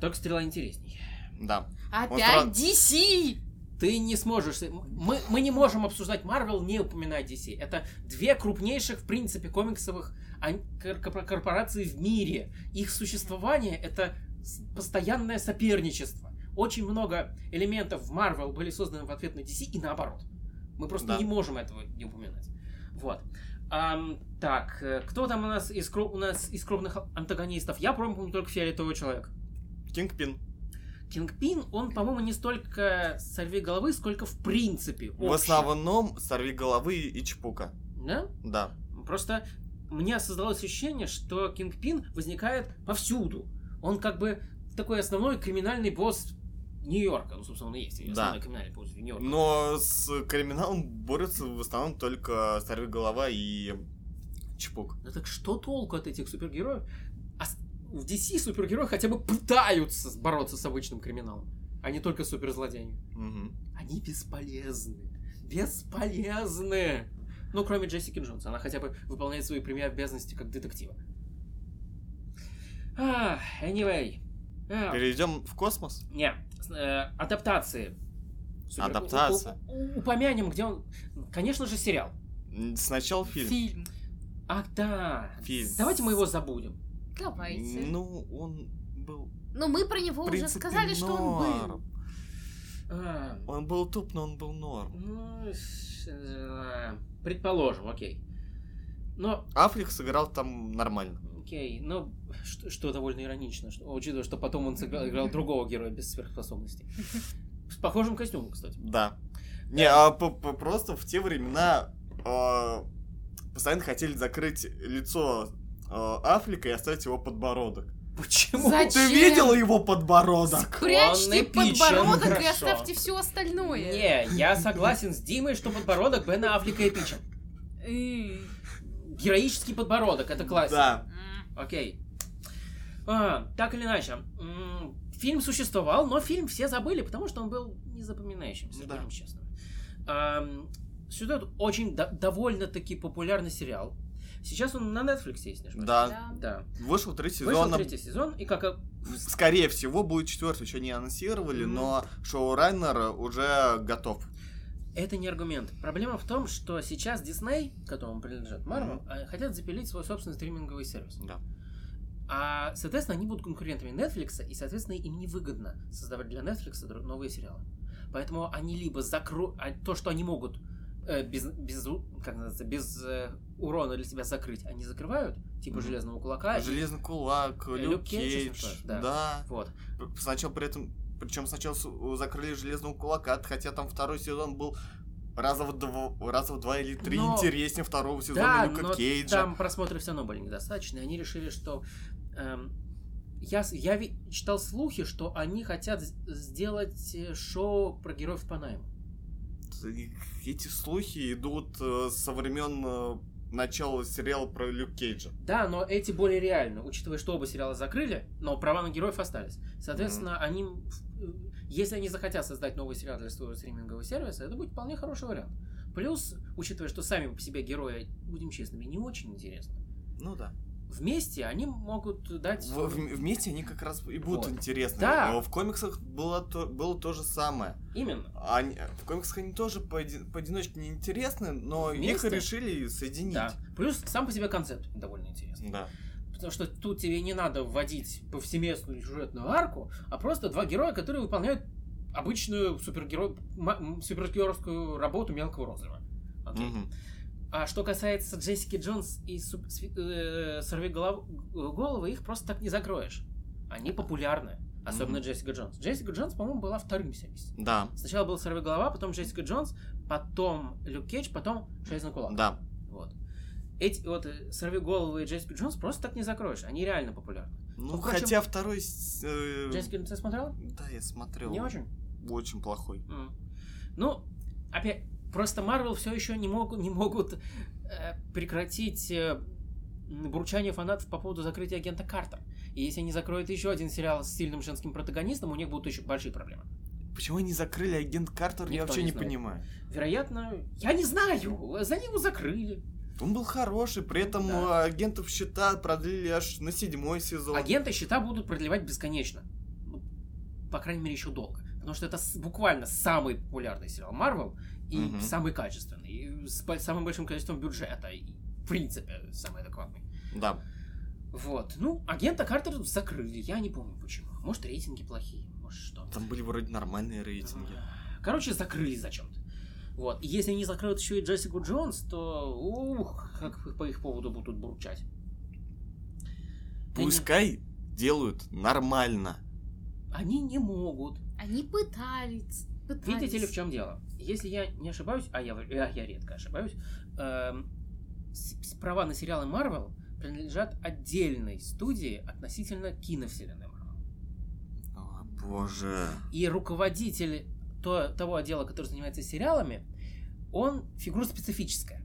Speaker 2: Только стрела интересней.
Speaker 3: Да.
Speaker 4: Опять
Speaker 3: Он
Speaker 4: DC!
Speaker 2: Ты не сможешь... с- Мы, мы не можем обсуждать Marvel, не упоминая DC. Это две крупнейших, в принципе, комиксовых ан- кор- кор- корпорации в мире. Их существование — это с- постоянное соперничество. Очень много элементов в Marvel были созданы в ответ на DC и наоборот. Мы просто
Speaker 3: Да.
Speaker 2: не можем этого не упоминать. Вот. Ам, так, э, кто там у нас из, кру- у нас из крупных антагонистов? Я помню только фиолетового человека.
Speaker 3: Кингпин.
Speaker 2: Кингпин, он, по-моему, не столько сорви головы, сколько в принципе.
Speaker 3: В
Speaker 2: общий.
Speaker 3: основном сорви головы и чпука.
Speaker 2: Да?
Speaker 3: Да.
Speaker 2: Просто у меня создалось ощущение, что Кингпин возникает повсюду. Он как бы такой основной криминальный босс Нью-Йорка. Ну, собственно, он и есть
Speaker 3: Да.
Speaker 2: основной криминальный босс Нью-Йорка.
Speaker 3: Но с криминалом борются в основном только сорви голова и чпук.
Speaker 2: Ну так что толку от этих супергероев? А с- в DC супергерои хотя бы пытаются с- бороться с обычным криминалом, а не только с суперзлодеями.
Speaker 3: Мгм.
Speaker 2: Они бесполезны. Бесполезны! Ну, кроме Джессики Джонс. Она хотя бы выполняет свои прямые обязанности как детектива. А, anyway. А,
Speaker 3: Перейдем в космос.
Speaker 2: не, с- э, адаптации. Супер-
Speaker 3: Адаптация.
Speaker 2: у- у- у- Упомянем, где он... Конечно же, сериал.
Speaker 3: М, Сначала фильм.
Speaker 4: Фильм.
Speaker 2: Ах, да.
Speaker 3: Фильм.
Speaker 2: Давайте мы его забудем.
Speaker 4: Давайте. Ну,
Speaker 3: Ну, он был...
Speaker 4: мы про него
Speaker 3: в
Speaker 4: уже
Speaker 3: принципе,
Speaker 4: сказали, что он был.
Speaker 3: норм.
Speaker 2: А,
Speaker 3: Он был туп, но он был норм.
Speaker 2: ну, ш- э, предположим, окей. Но
Speaker 3: Африк сыграл там нормально.
Speaker 2: Окей, но что, что довольно иронично, что- учитывая, что потом он сыграл, играл другого героя без сверхспособностей. С похожим костюмом, кстати.
Speaker 3: Да. Не, а по- по- просто в те времена а, постоянно хотели закрыть лицо а, Африка и оставить его подбородок.
Speaker 2: Почему?
Speaker 4: Зачем?
Speaker 3: Ты видела его подбородок?
Speaker 2: Он
Speaker 4: Прячьте
Speaker 2: эпичен,
Speaker 4: подбородок и
Speaker 2: хорошо.
Speaker 4: оставьте все остальное.
Speaker 2: Не, я согласен с Димой, что подбородок Бена Аффлека эпичен.
Speaker 4: Эй.
Speaker 2: Героический подбородок, это классика.
Speaker 3: Да.
Speaker 4: М.
Speaker 2: Окей. А, так или иначе, м, фильм существовал, но фильм все забыли, потому что он был незапоминающимся,
Speaker 3: Да.
Speaker 2: да. честно. Ам, сюжет очень до- довольно-таки популярный сериал. Сейчас он на Netflix есть, не ошибаюсь?
Speaker 3: Да.
Speaker 4: Да.
Speaker 2: Да.
Speaker 3: Вышел три
Speaker 2: Вышел
Speaker 3: сезона.
Speaker 2: третий сезон, и как...
Speaker 3: Скорее всего, будет четвертый, еще не анонсировали,
Speaker 2: Мгм.
Speaker 3: но шоурайнер уже готов.
Speaker 2: Это не аргумент. Проблема в том, что сейчас Disney, которому принадлежит Marvel, э, хотят запилить свой собственный стриминговый сервис.
Speaker 3: Да.
Speaker 2: А, соответственно, они будут конкурентами Netflix, и, соответственно, им невыгодно создавать для Netflix дру- новые сериалы. Поэтому они либо закроют то, что они могут э, без, без, у- как называется, без э, урона для себя закрыть, они закрывают, типа
Speaker 3: Мгм.
Speaker 2: железного кулака. и-
Speaker 3: Железный кулак,
Speaker 2: Люк
Speaker 3: Люк
Speaker 2: Кейдж,
Speaker 3: Кейдж.
Speaker 2: если не ошибаюсь,
Speaker 3: Да.
Speaker 2: Вот.
Speaker 3: П- Сначала при этом. Причем сначала с- закрыли железного кулака, хотя там второй сезон был раза в два, раза в два или три
Speaker 2: Но-
Speaker 3: интереснее второго сезона
Speaker 2: Да,
Speaker 3: Люка
Speaker 2: но
Speaker 3: Кейджа.
Speaker 2: там просмотры все равно были недостаточны. и Они решили, что... эм, я, с- я ви- читал слухи, что они хотят с- сделать э, шоу про героев по найму.
Speaker 3: И Эти слухи идут э, со времен э, начала сериала про Люк Кейджа.
Speaker 2: Да, но эти более реальны, учитывая, что оба сериала закрыли, но права на героев остались. Соответственно, они... м, э, Если они захотят создать новый сериал для своего стримингового сервиса, это будет вполне хороший вариант. Плюс, учитывая, что сами по себе герои, будем честными, не очень интересны.
Speaker 3: Ну да.
Speaker 2: Вместе они могут дать...
Speaker 3: вместе они как раз и будут
Speaker 2: Вот.
Speaker 3: интересны.
Speaker 2: Да.
Speaker 3: Э, В комиксах было то, было то же самое.
Speaker 2: Именно.
Speaker 3: Они- в комиксах они тоже пооди- поодиночке неинтересны, но
Speaker 2: Вместе?
Speaker 3: их решили соединить.
Speaker 2: Да. Плюс сам по себе концепт довольно интересный.
Speaker 3: Да.
Speaker 2: Потому что тут тебе не надо вводить повсеместную сюжетную арку, а просто два героя, которые выполняют обычную супергеро... ма- м, супергеройскую работу мелкого розыгрыша. Окей.
Speaker 3: Мгм.
Speaker 2: А что касается Джессики Джонс и суп... сви- э, Сорви голов- головы, их просто так не закроешь. Они популярны. Особенно
Speaker 3: Мгм.
Speaker 2: Джессика Джонс. Джессика Джонс, по-моему, была вторым сервисе.
Speaker 3: Да.
Speaker 2: Сначала был Сорви голова, потом Джессика Джонс, потом Люк Кейдж, потом Железный кулак.
Speaker 3: Да.
Speaker 2: Вот. Эти вот э, сорви головы и Джессика Джонс просто так не закроешь. Они реально популярны.
Speaker 3: Ну,
Speaker 2: впрочем,
Speaker 3: хотя второй... с- э,
Speaker 2: Джессика Джонс ты смотрела?
Speaker 3: Да, я смотрел.
Speaker 2: Не очень.
Speaker 3: Очень плохой.
Speaker 2: М. Ну, опять, просто Марвел все еще не, могут не могут э, прекратить э, м, бурчание фанатов по поводу закрытия агента Картер. И если они закроют еще один сериал с сильным женским протагонистом, у них будут еще большие проблемы.
Speaker 3: Почему они закрыли агент Картер, я
Speaker 2: Никто
Speaker 3: вообще
Speaker 2: не
Speaker 3: не
Speaker 2: знает.
Speaker 3: понимаю.
Speaker 2: Вероятно, я не знаю, за него закрыли.
Speaker 3: Он был хороший, при этом
Speaker 2: Да.
Speaker 3: э, агентов счета продлили аж на седьмой сезон.
Speaker 2: Агенты счета будут продлевать бесконечно. Ну, по крайней мере, еще долго. Потому что это с- буквально самый популярный сериал Marvel и
Speaker 3: Мгм.
Speaker 2: самый качественный, и с бо- самым большим количеством бюджета, и в принципе самый адекватный.
Speaker 3: Да.
Speaker 2: Вот. Ну, агента Картер закрыли, я не помню почему. Может, рейтинги плохие, может что.
Speaker 3: Там были вроде нормальные рейтинги.
Speaker 2: Короче, закрыли зачем-то. Вот. И если они закроют еще и Джессику Джонс, то ух, как по их поводу будут бурчать.
Speaker 3: Пускай делают нормально.
Speaker 2: Они не могут.
Speaker 4: Они пытались. пытались.
Speaker 2: Видите ли, в чем дело? Если я не ошибаюсь, а я, я, я редко ошибаюсь, эм, с- с- права на сериалы Marvel принадлежат отдельной студии относительно киновселенной Marvel.
Speaker 3: О, боже.
Speaker 2: И руководитель то- того отдела, который занимается сериалами, он фигура специфическая.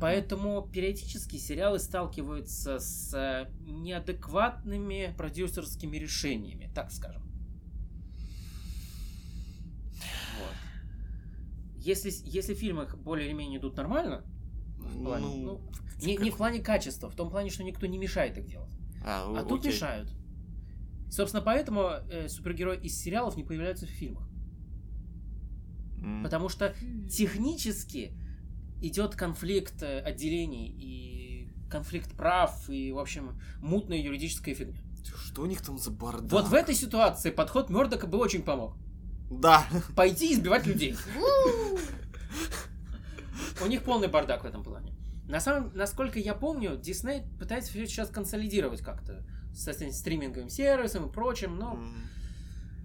Speaker 2: Поэтому периодически сериалы сталкиваются с э, неадекватными продюсерскими решениями, так скажем. Вот. Если, если фильмы их более или менее идут нормально, в плане,
Speaker 3: Ну,
Speaker 2: ну, не, не в плане качества, в том плане, что никто не мешает их делать.
Speaker 3: А,
Speaker 2: А
Speaker 3: о-
Speaker 2: тут
Speaker 3: окей.
Speaker 2: мешают. Собственно, поэтому э, супергерои из сериалов не появляются в фильмах.
Speaker 3: М,
Speaker 2: Потому что
Speaker 4: М.
Speaker 2: технически идет конфликт э, отделений и конфликт прав и, в общем, мутная юридическая фигня.
Speaker 3: Что у них там за бардак?
Speaker 2: Вот в этой ситуации подход Мёрдока бы очень помог.
Speaker 3: Да.
Speaker 2: Пойти избивать людей.
Speaker 4: Ву!
Speaker 2: У них полный бардак в этом плане. На самом, насколько я помню, Дисней пытается все сейчас консолидировать как-то со всем стриминговым сервисом и прочим, но
Speaker 3: М,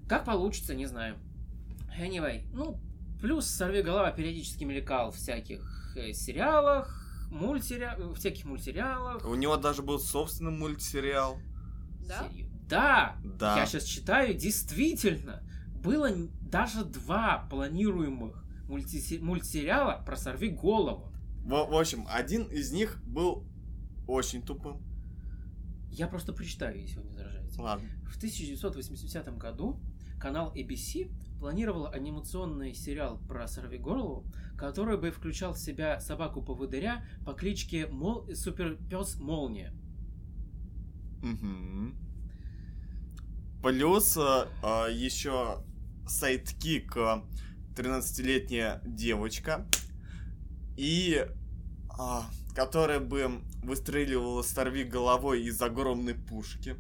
Speaker 2: Как получится, не знаю. Anyway, ну, плюс сорви голова периодически мелькал в всяких э, сериалах, мультсериалах, всяких мультсериалах.
Speaker 3: У него даже был собственный мультсериал.
Speaker 4: Да?
Speaker 2: Серью- Да,
Speaker 3: Да.
Speaker 2: я сейчас читаю, действительно, было н- даже два планируемых мультисе- мультсериала про сорви голову.
Speaker 3: В, в общем, один из них был очень тупым.
Speaker 2: Я просто прочитаю, если вы не возражаете.
Speaker 3: Ладно.
Speaker 2: В 1980 году канал ABC планировал анимационный сериал про сорвиголову, который бы включал в себя собаку-поводыря по кличке Мол... Суперпес Молния.
Speaker 3: Мгм. Плюс еще сайдкик э, 13-летняя девочка, и а, которая бы выстреливала Старви головой из огромной пушки,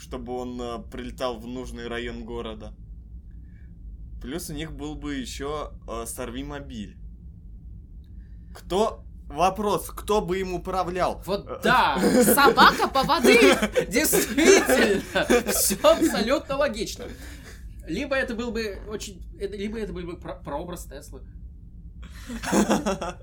Speaker 3: чтобы он э, прилетал в нужный район города. Плюс у них был бы еще Старви мобиль. Кто... Вопрос, кто бы им управлял? Э,
Speaker 2: Вот да!
Speaker 4: э, Собака по воды.
Speaker 2: Действительно! Все абсолютно логично. Либо это был бы очень... это- Либо это был бы про- прообраз Теслы.
Speaker 3: (laughs)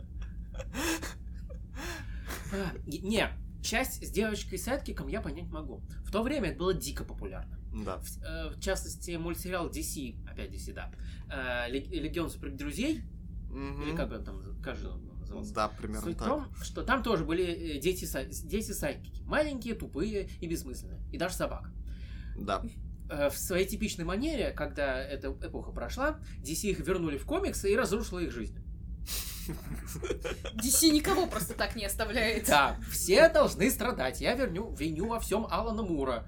Speaker 2: А, Не, часть с девочкой Садкиком я понять могу. В то время это было дико популярно.
Speaker 3: Да.
Speaker 2: В, э, в частности, мультсериал DC, опять DC, да, э, Лег- Легион Супергероев-друзей, или как он там, как же он назывался?
Speaker 3: Да, примерно
Speaker 2: Суть в
Speaker 3: так.
Speaker 2: том, что там тоже были э, дети, сай- дети сайкики. Маленькие, тупые и бессмысленные. И даже собака. (laughs)
Speaker 3: Да.
Speaker 2: Э, В своей типичной манере, когда эта эпоха прошла, DC их вернули в комиксы и разрушила их жизнь.
Speaker 4: DC никого просто так не оставляет.
Speaker 2: Да, все должны страдать. Я верню, виню во всем Алана Мура.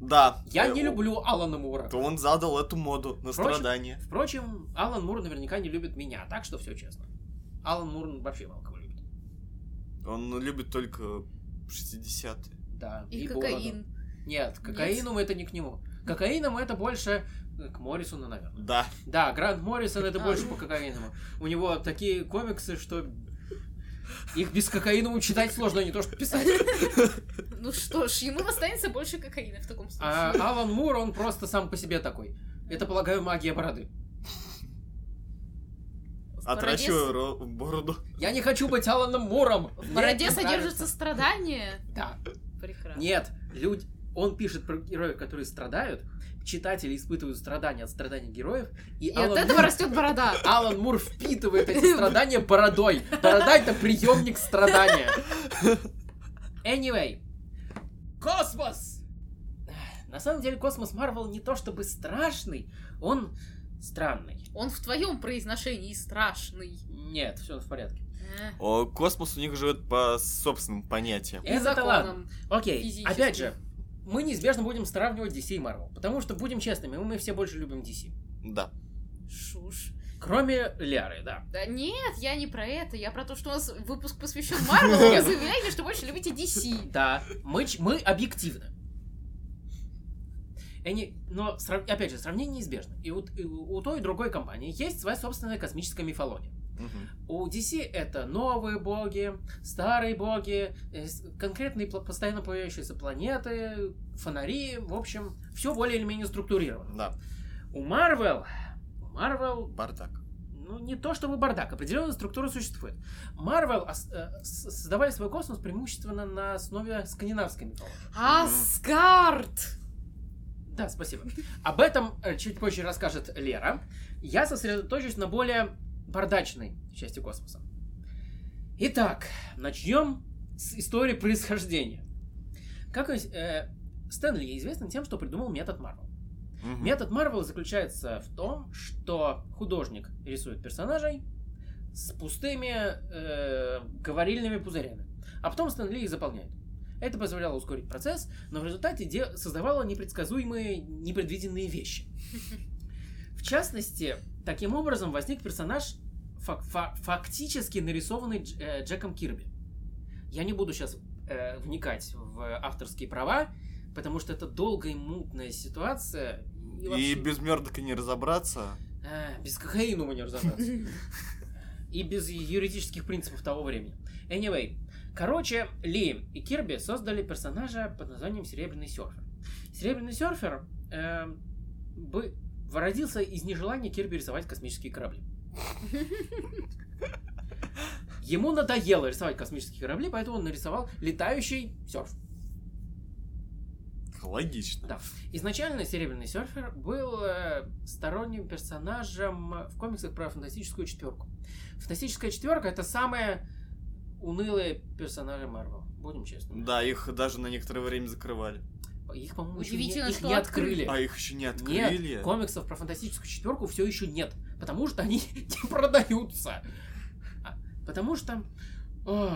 Speaker 3: Да.
Speaker 2: Я
Speaker 3: Э,
Speaker 2: не
Speaker 3: он-
Speaker 2: люблю Алана Мура.
Speaker 3: То он задал эту моду на
Speaker 2: Впрочем-
Speaker 3: страдания.
Speaker 2: Впрочем, Алан Мур наверняка не любит меня, так что все честно. Алан Мур вообще мало кого любит.
Speaker 3: Он любит только 60-е.
Speaker 2: Да.
Speaker 4: И
Speaker 2: Бороду.
Speaker 4: кокаин.
Speaker 2: Нет, кокаином это не к нему. Кокаином это больше э, к Моррисону, наверное.
Speaker 3: Да.
Speaker 2: Да, Грант Моррисон это
Speaker 4: А.
Speaker 2: больше по кокаиному. У него такие комиксы, что их без кокаина читать сложно, а не то что писать.
Speaker 4: Ну что ж, ему останется больше кокаина в таком
Speaker 2: А
Speaker 4: случае.
Speaker 2: Алан Мур, он просто сам по себе такой. Это, полагаю, магия бороды.
Speaker 4: В бороде
Speaker 3: Отращиваю ро- бороду.
Speaker 2: Я не хочу быть Аланом Муром!
Speaker 4: с- В
Speaker 2: Мне
Speaker 4: бороде
Speaker 2: это не
Speaker 4: содержится страдание.
Speaker 2: нравится. Да.
Speaker 4: Прекрасно.
Speaker 2: Нет, люди... Он пишет про героев, которые страдают, читатели испытывают страдания от страданий героев, и,
Speaker 4: И
Speaker 2: Алан
Speaker 4: от этого
Speaker 2: Мур-
Speaker 4: растет борода.
Speaker 2: Алан Мур впитывает эти страдания бородой. Борода это приемник страдания. Anyway. Космос! Эх, На самом деле космос Марвел не то чтобы страшный, он странный.
Speaker 4: Он в твоем произношении страшный.
Speaker 2: Нет, все в порядке.
Speaker 4: Э,
Speaker 3: О, космос у них живет по собственным понятиям.
Speaker 4: И
Speaker 2: Это
Speaker 4: законом.
Speaker 2: Окей,
Speaker 4: Физически.
Speaker 2: опять же, мы неизбежно будем сравнивать DC и Marvel, потому что, будем честными, мы все больше любим DC.
Speaker 3: Да.
Speaker 4: Шуш.
Speaker 2: Кроме Ляры, да.
Speaker 4: Да нет, я не про это. Я про то, что у нас выпуск посвящен Марвелу. Вы заявляете, что больше любите DC.
Speaker 2: Да, мы, ч- мы объективны. Они, но, срав- опять же, сравнение неизбежно. И у, и у- у той и другой компании есть своя собственная космическая мифология.
Speaker 3: Мгм.
Speaker 2: У DC это новые боги, старые боги, э, с- конкретные пла- постоянно появляющиеся планеты, фонари, в общем, все более или менее структурировано.
Speaker 3: Да.
Speaker 2: У Marvel, у Marvel
Speaker 3: Бардак.
Speaker 2: ну, не то чтобы бардак, определенная структура существует. Марвел ос- э, с- создавали свой космос преимущественно на основе скандинавской мифологии.
Speaker 4: Асгард!
Speaker 2: Да, спасибо. Об этом э, чуть позже расскажет Лера. Я сосредоточусь на более бардачной части космоса. Итак, начнем с истории происхождения. Как э, Стэн Ли известен тем, что придумал метод Марвел.
Speaker 3: Мгм.
Speaker 2: Метод Марвел заключается в том, что художник рисует персонажей с пустыми э, говорильными пузырями, а потом Стэн Ли их заполняет. Это позволяло ускорить процесс, но в результате де- создавало непредсказуемые, непредвиденные вещи. В частности, таким образом возник персонаж, фак- фа- фактически нарисованный Дж- э, Джеком Кирби. Я не буду сейчас вникать в авторские права, потому что это долгая и мутная ситуация. И,
Speaker 3: И
Speaker 2: вообще-
Speaker 3: без мердока не разобраться.
Speaker 2: а, без кокаина мы не разобраться. И без юридических принципов того времени. Anyway, короче, Ли и Кирби создали персонажа под названием Серебряный серфер. Серебряный серфер эм, бы родился из нежелания Кирби рисовать космические корабли. Ему надоело рисовать космические корабли, поэтому он нарисовал летающий серф.
Speaker 3: Логично.
Speaker 2: Да. Изначально Серебряный серфер был э, сторонним персонажем в комиксах про фантастическую четверку. Фантастическая четверка это самые унылые персонажи Марвел, будем честны.
Speaker 3: Да, их даже на некоторое время закрывали.
Speaker 2: Их, по-моему, ещё
Speaker 4: Удивительно,
Speaker 2: не, их
Speaker 4: что
Speaker 2: не открыли.
Speaker 3: А их еще не открыли.
Speaker 2: Нет, комиксов про фантастическую четверку все еще нет, потому что они (laughs) не продаются. А, Потому что ой,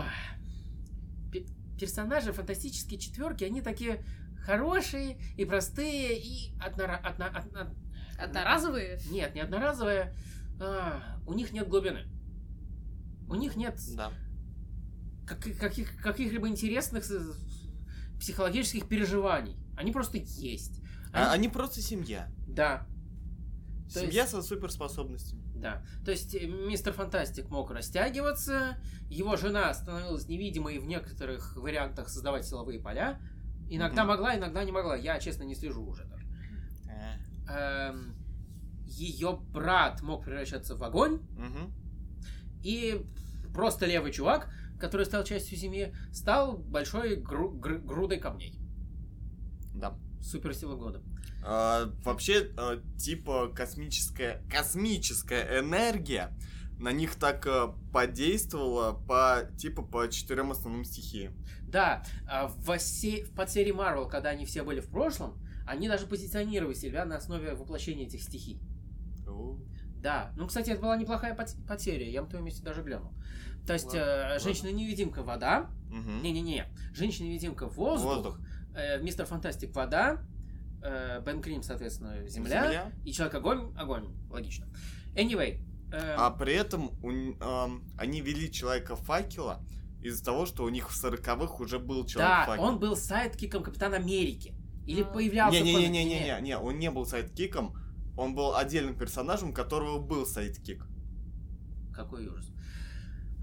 Speaker 2: пе- персонажи фантастической четверки, они такие хорошие и простые, и однора- одно- одно-
Speaker 4: Одноразовые?
Speaker 2: нет, не одноразовые. А, у них нет глубины. У них нет
Speaker 3: Да.
Speaker 2: как- каких- каких-либо интересных э, психологических переживаний. Они просто есть.
Speaker 3: А они просто семья.
Speaker 2: Да, То
Speaker 3: семья со суперспособностями.
Speaker 2: Да. То есть э, мистер Фантастик мог растягиваться, его жена становилась невидимой и в некоторых вариантах создавать силовые поля. Иногда
Speaker 3: Мгм.
Speaker 2: могла, иногда не могла. Я, честно, не слежу уже даже.
Speaker 3: Э,
Speaker 2: ее брат мог превращаться в огонь,
Speaker 3: Мгм.
Speaker 2: и просто левый чувак, который стал частью семьи, стал большой гру- гр- грудой камней.
Speaker 3: Да.
Speaker 2: Суперсила года.
Speaker 3: А, вообще, а, типа космическая, космическая энергия на них так а, подействовала по типа по четырем основным стихиям.
Speaker 2: Да, а в, осе- в подсерии Марвел, когда они все были в прошлом, они даже позиционировали себя на основе воплощения этих стихий. Да. Ну, кстати, это была неплохая пот- потеря. Я бы на твоем месте даже глянул. То есть,
Speaker 3: Ладно,
Speaker 2: э, женщина-невидимка вода.
Speaker 3: Мгм.
Speaker 2: Не-не-не. Женщина-невидимка воздух.
Speaker 3: Воздух.
Speaker 2: э, Мистер Фантастик вода. э, Бен Крим, соответственно, земля. И Человек-огонь, огонь. Логично. Anyway. э,
Speaker 3: А при этом у н- ам, они вели человека факела из-за того, что у них в сороковых уже был человек
Speaker 2: да,
Speaker 3: факел.
Speaker 2: он был сайдкиком Капитан Америки. Или
Speaker 4: А.
Speaker 2: появлялся...
Speaker 3: Не, не,
Speaker 2: в
Speaker 3: не,
Speaker 2: комиксе.
Speaker 3: не, не, не, не, он не был сайдкиком, он был отдельным персонажем, у которого был сайдкик.
Speaker 2: Какой ужас.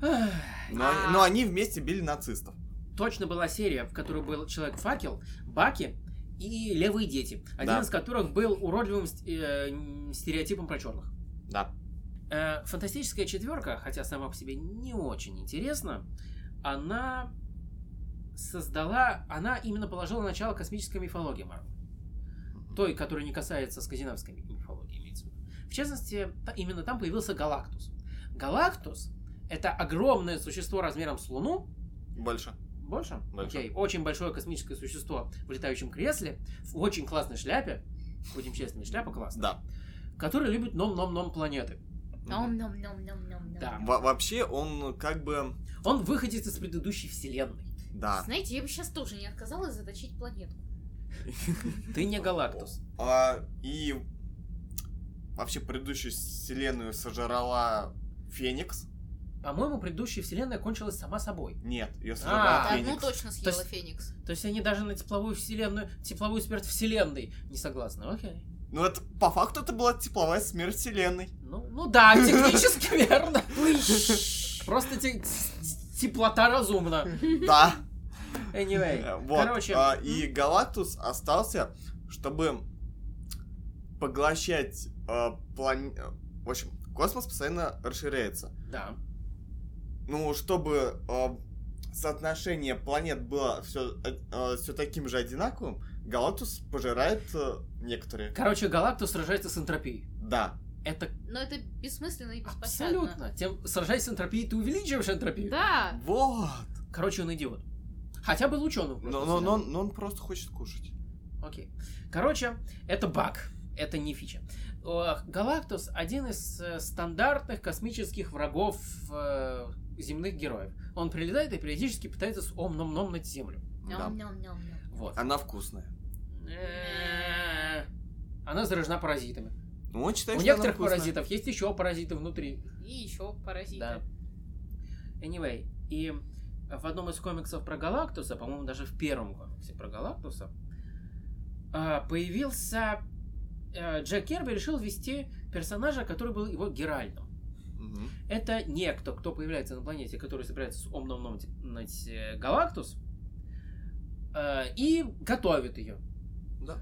Speaker 2: Ах,
Speaker 3: Но,
Speaker 4: А.
Speaker 3: но они вместе били нацистов.
Speaker 2: Точно была серия, в которой был Человек-факел, Баки и Левые дети. Один
Speaker 3: Да.
Speaker 2: из которых был уродливым ст- э, м, стереотипом про черных.
Speaker 3: Да.
Speaker 2: Э, Фантастическая четверка, хотя сама по себе не очень интересна, она создала, она именно положила начало космической мифологии Марвел. Той, которая не касается скандинавской ми- мифологии, имеется в виду. В частности, та- именно там появился Галактус. Галактус — это огромное существо размером с Луну,
Speaker 3: Больше.
Speaker 2: больше?
Speaker 3: Больше.
Speaker 2: Окей. Очень большое космическое существо в летающем кресле, в очень классной шляпе, будем честными, шляпа классная,
Speaker 3: Да.
Speaker 2: который любит ном-ном-ном планеты. А
Speaker 3: Мгм.
Speaker 4: Ном-ном-ном-ном-ном.
Speaker 2: Да.
Speaker 3: Во- вообще он как бы...
Speaker 2: Он выходит из предыдущей вселенной.
Speaker 3: Да.
Speaker 4: Знаете, я бы сейчас тоже не отказалась заточить планетку.
Speaker 2: Ты не Галактус.
Speaker 3: А, и вообще предыдущую вселенную сожрала Феникс.
Speaker 2: По-моему, предыдущая вселенная кончилась сама собой.
Speaker 3: Нет, ее сожрала
Speaker 2: А,
Speaker 4: Да, одну
Speaker 3: Феникс.
Speaker 4: точно съела
Speaker 2: То есть-
Speaker 4: Феникс.
Speaker 2: То есть они даже на тепловую вселенную, тепловую смерть вселенной не согласны. Окей.
Speaker 3: Ну это по факту это была тепловая смерть вселенной.
Speaker 2: Ну, ну да, (laughs) технически верно. Просто те- т- теплота разумна.
Speaker 3: (laughs) Да. Э,
Speaker 2: Anyway.
Speaker 3: Вот.
Speaker 2: Короче.
Speaker 3: а, и Галактус остался, чтобы поглощать а, план- э, В общем, космос постоянно расширяется.
Speaker 2: Да.
Speaker 3: Ну, чтобы а, соотношение планет было все, все таким же одинаковым, Галактус пожирает э, некоторые.
Speaker 2: Короче, Галактус сражается с энтропией.
Speaker 3: Да.
Speaker 2: Это
Speaker 4: Но это бессмысленно и беспощадно.
Speaker 2: абсолютно. Тем сражаясь с энтропией, ты увеличиваешь энтропию.
Speaker 4: Да.
Speaker 3: Вот.
Speaker 2: Короче, он идиот. Хотя был ученым. просто
Speaker 3: Но, но-
Speaker 2: всегда.
Speaker 3: но он- но он просто хочет кушать.
Speaker 2: Окей. Короче, это баг. Это не фича. Э, Галактус один из э, стандартных космических врагов э, земных героев. Он прилетает и периодически пытается с ом-ном-ном на Землю.
Speaker 3: Да.
Speaker 4: Ням-ням-ням-ням.
Speaker 2: Вот.
Speaker 3: Она вкусная.
Speaker 2: Э, Она заражена паразитами.
Speaker 3: Ну, он считает,
Speaker 2: У
Speaker 3: что она
Speaker 2: некоторых
Speaker 3: вкусная.
Speaker 2: паразитов есть еще паразиты внутри.
Speaker 4: И еще паразиты.
Speaker 2: Да. Anyway, и в одном из комиксов про Галактуса, по-моему, даже в первом комиксе про Галактуса, а, появился... э, Джек Керби решил ввести персонажа, который был его Геральдом.
Speaker 3: Мгм.
Speaker 2: Это некто, кто появляется на планете, который собирается с омном Галактус, э, и готовит ее.
Speaker 3: Да.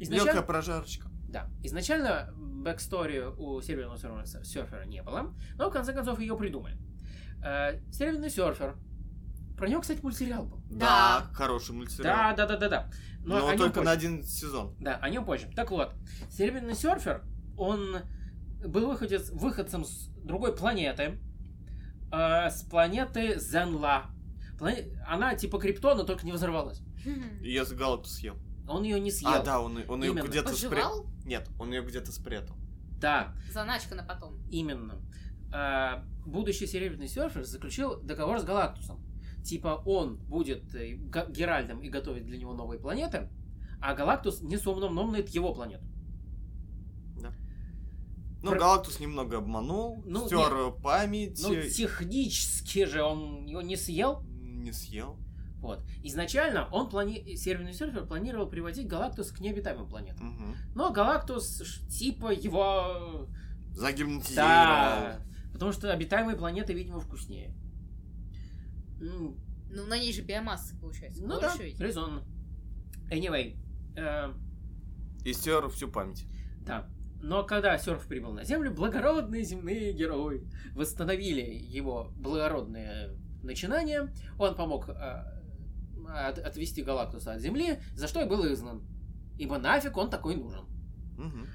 Speaker 2: Изначально...
Speaker 3: Мелкая прожарочка.
Speaker 2: Да. Изначально бэкстори у Серебряного серфера, серфера не было, но в конце концов ее придумали. Э, Серебряный серфер Про него, кстати, мультсериал был.
Speaker 3: Да, хороший
Speaker 2: Да,
Speaker 3: мультсериал.
Speaker 2: да, да, да, да. Но, о
Speaker 3: Но
Speaker 2: нём
Speaker 3: только
Speaker 2: позже.
Speaker 3: на один сезон.
Speaker 2: Да, о нем позже. Так вот, Серебряный серфер, он был выходец, выходцем с другой планеты, э, с планеты Зенла. Плане- Она типа Криптона, только не взорвалась.
Speaker 4: Хм.
Speaker 3: Ее с Галату съел.
Speaker 2: Он ее не съел.
Speaker 3: А, да, он, он ее
Speaker 2: Именно.
Speaker 3: где-то спрятал.
Speaker 4: Пожевал?
Speaker 3: Нет, он ее где-то спрятал.
Speaker 2: Да,
Speaker 4: Заначка на потом.
Speaker 2: именно. Э, будущий Серебряный серфер заключил договор с Галактусом. Типа он будет э, га- Геральдом и готовить для него новые планеты, а Галактус несумномномнает его планету.
Speaker 3: Ну,
Speaker 2: Про-
Speaker 3: Галактус немного обманул,
Speaker 2: Ну,
Speaker 3: стер память,
Speaker 2: Но
Speaker 3: э,
Speaker 2: Ну, технически же он его не съел.
Speaker 3: не съел.
Speaker 2: Вот. Изначально он плани... Северный серфер планировал приводить Галактус к необитаемым планетам.
Speaker 3: Мгм.
Speaker 2: Но Галактус ш- типа его...
Speaker 3: Загипнотизировал.
Speaker 2: Да. Потому что обитаемые планеты, видимо, вкуснее. М,
Speaker 4: Ну, на ней же биомасса, получается.
Speaker 2: Ну да,
Speaker 4: больше ведь.
Speaker 2: резонно. Anyway. э,
Speaker 3: И стер всю память.
Speaker 2: да. Но когда серф прибыл на Землю, благородные земные герои восстановили его благородные начинания. Он помог э, от- отвести Галактуса от Земли, за что и был изгнан. Ибо нафиг он такой нужен.
Speaker 3: Мгм.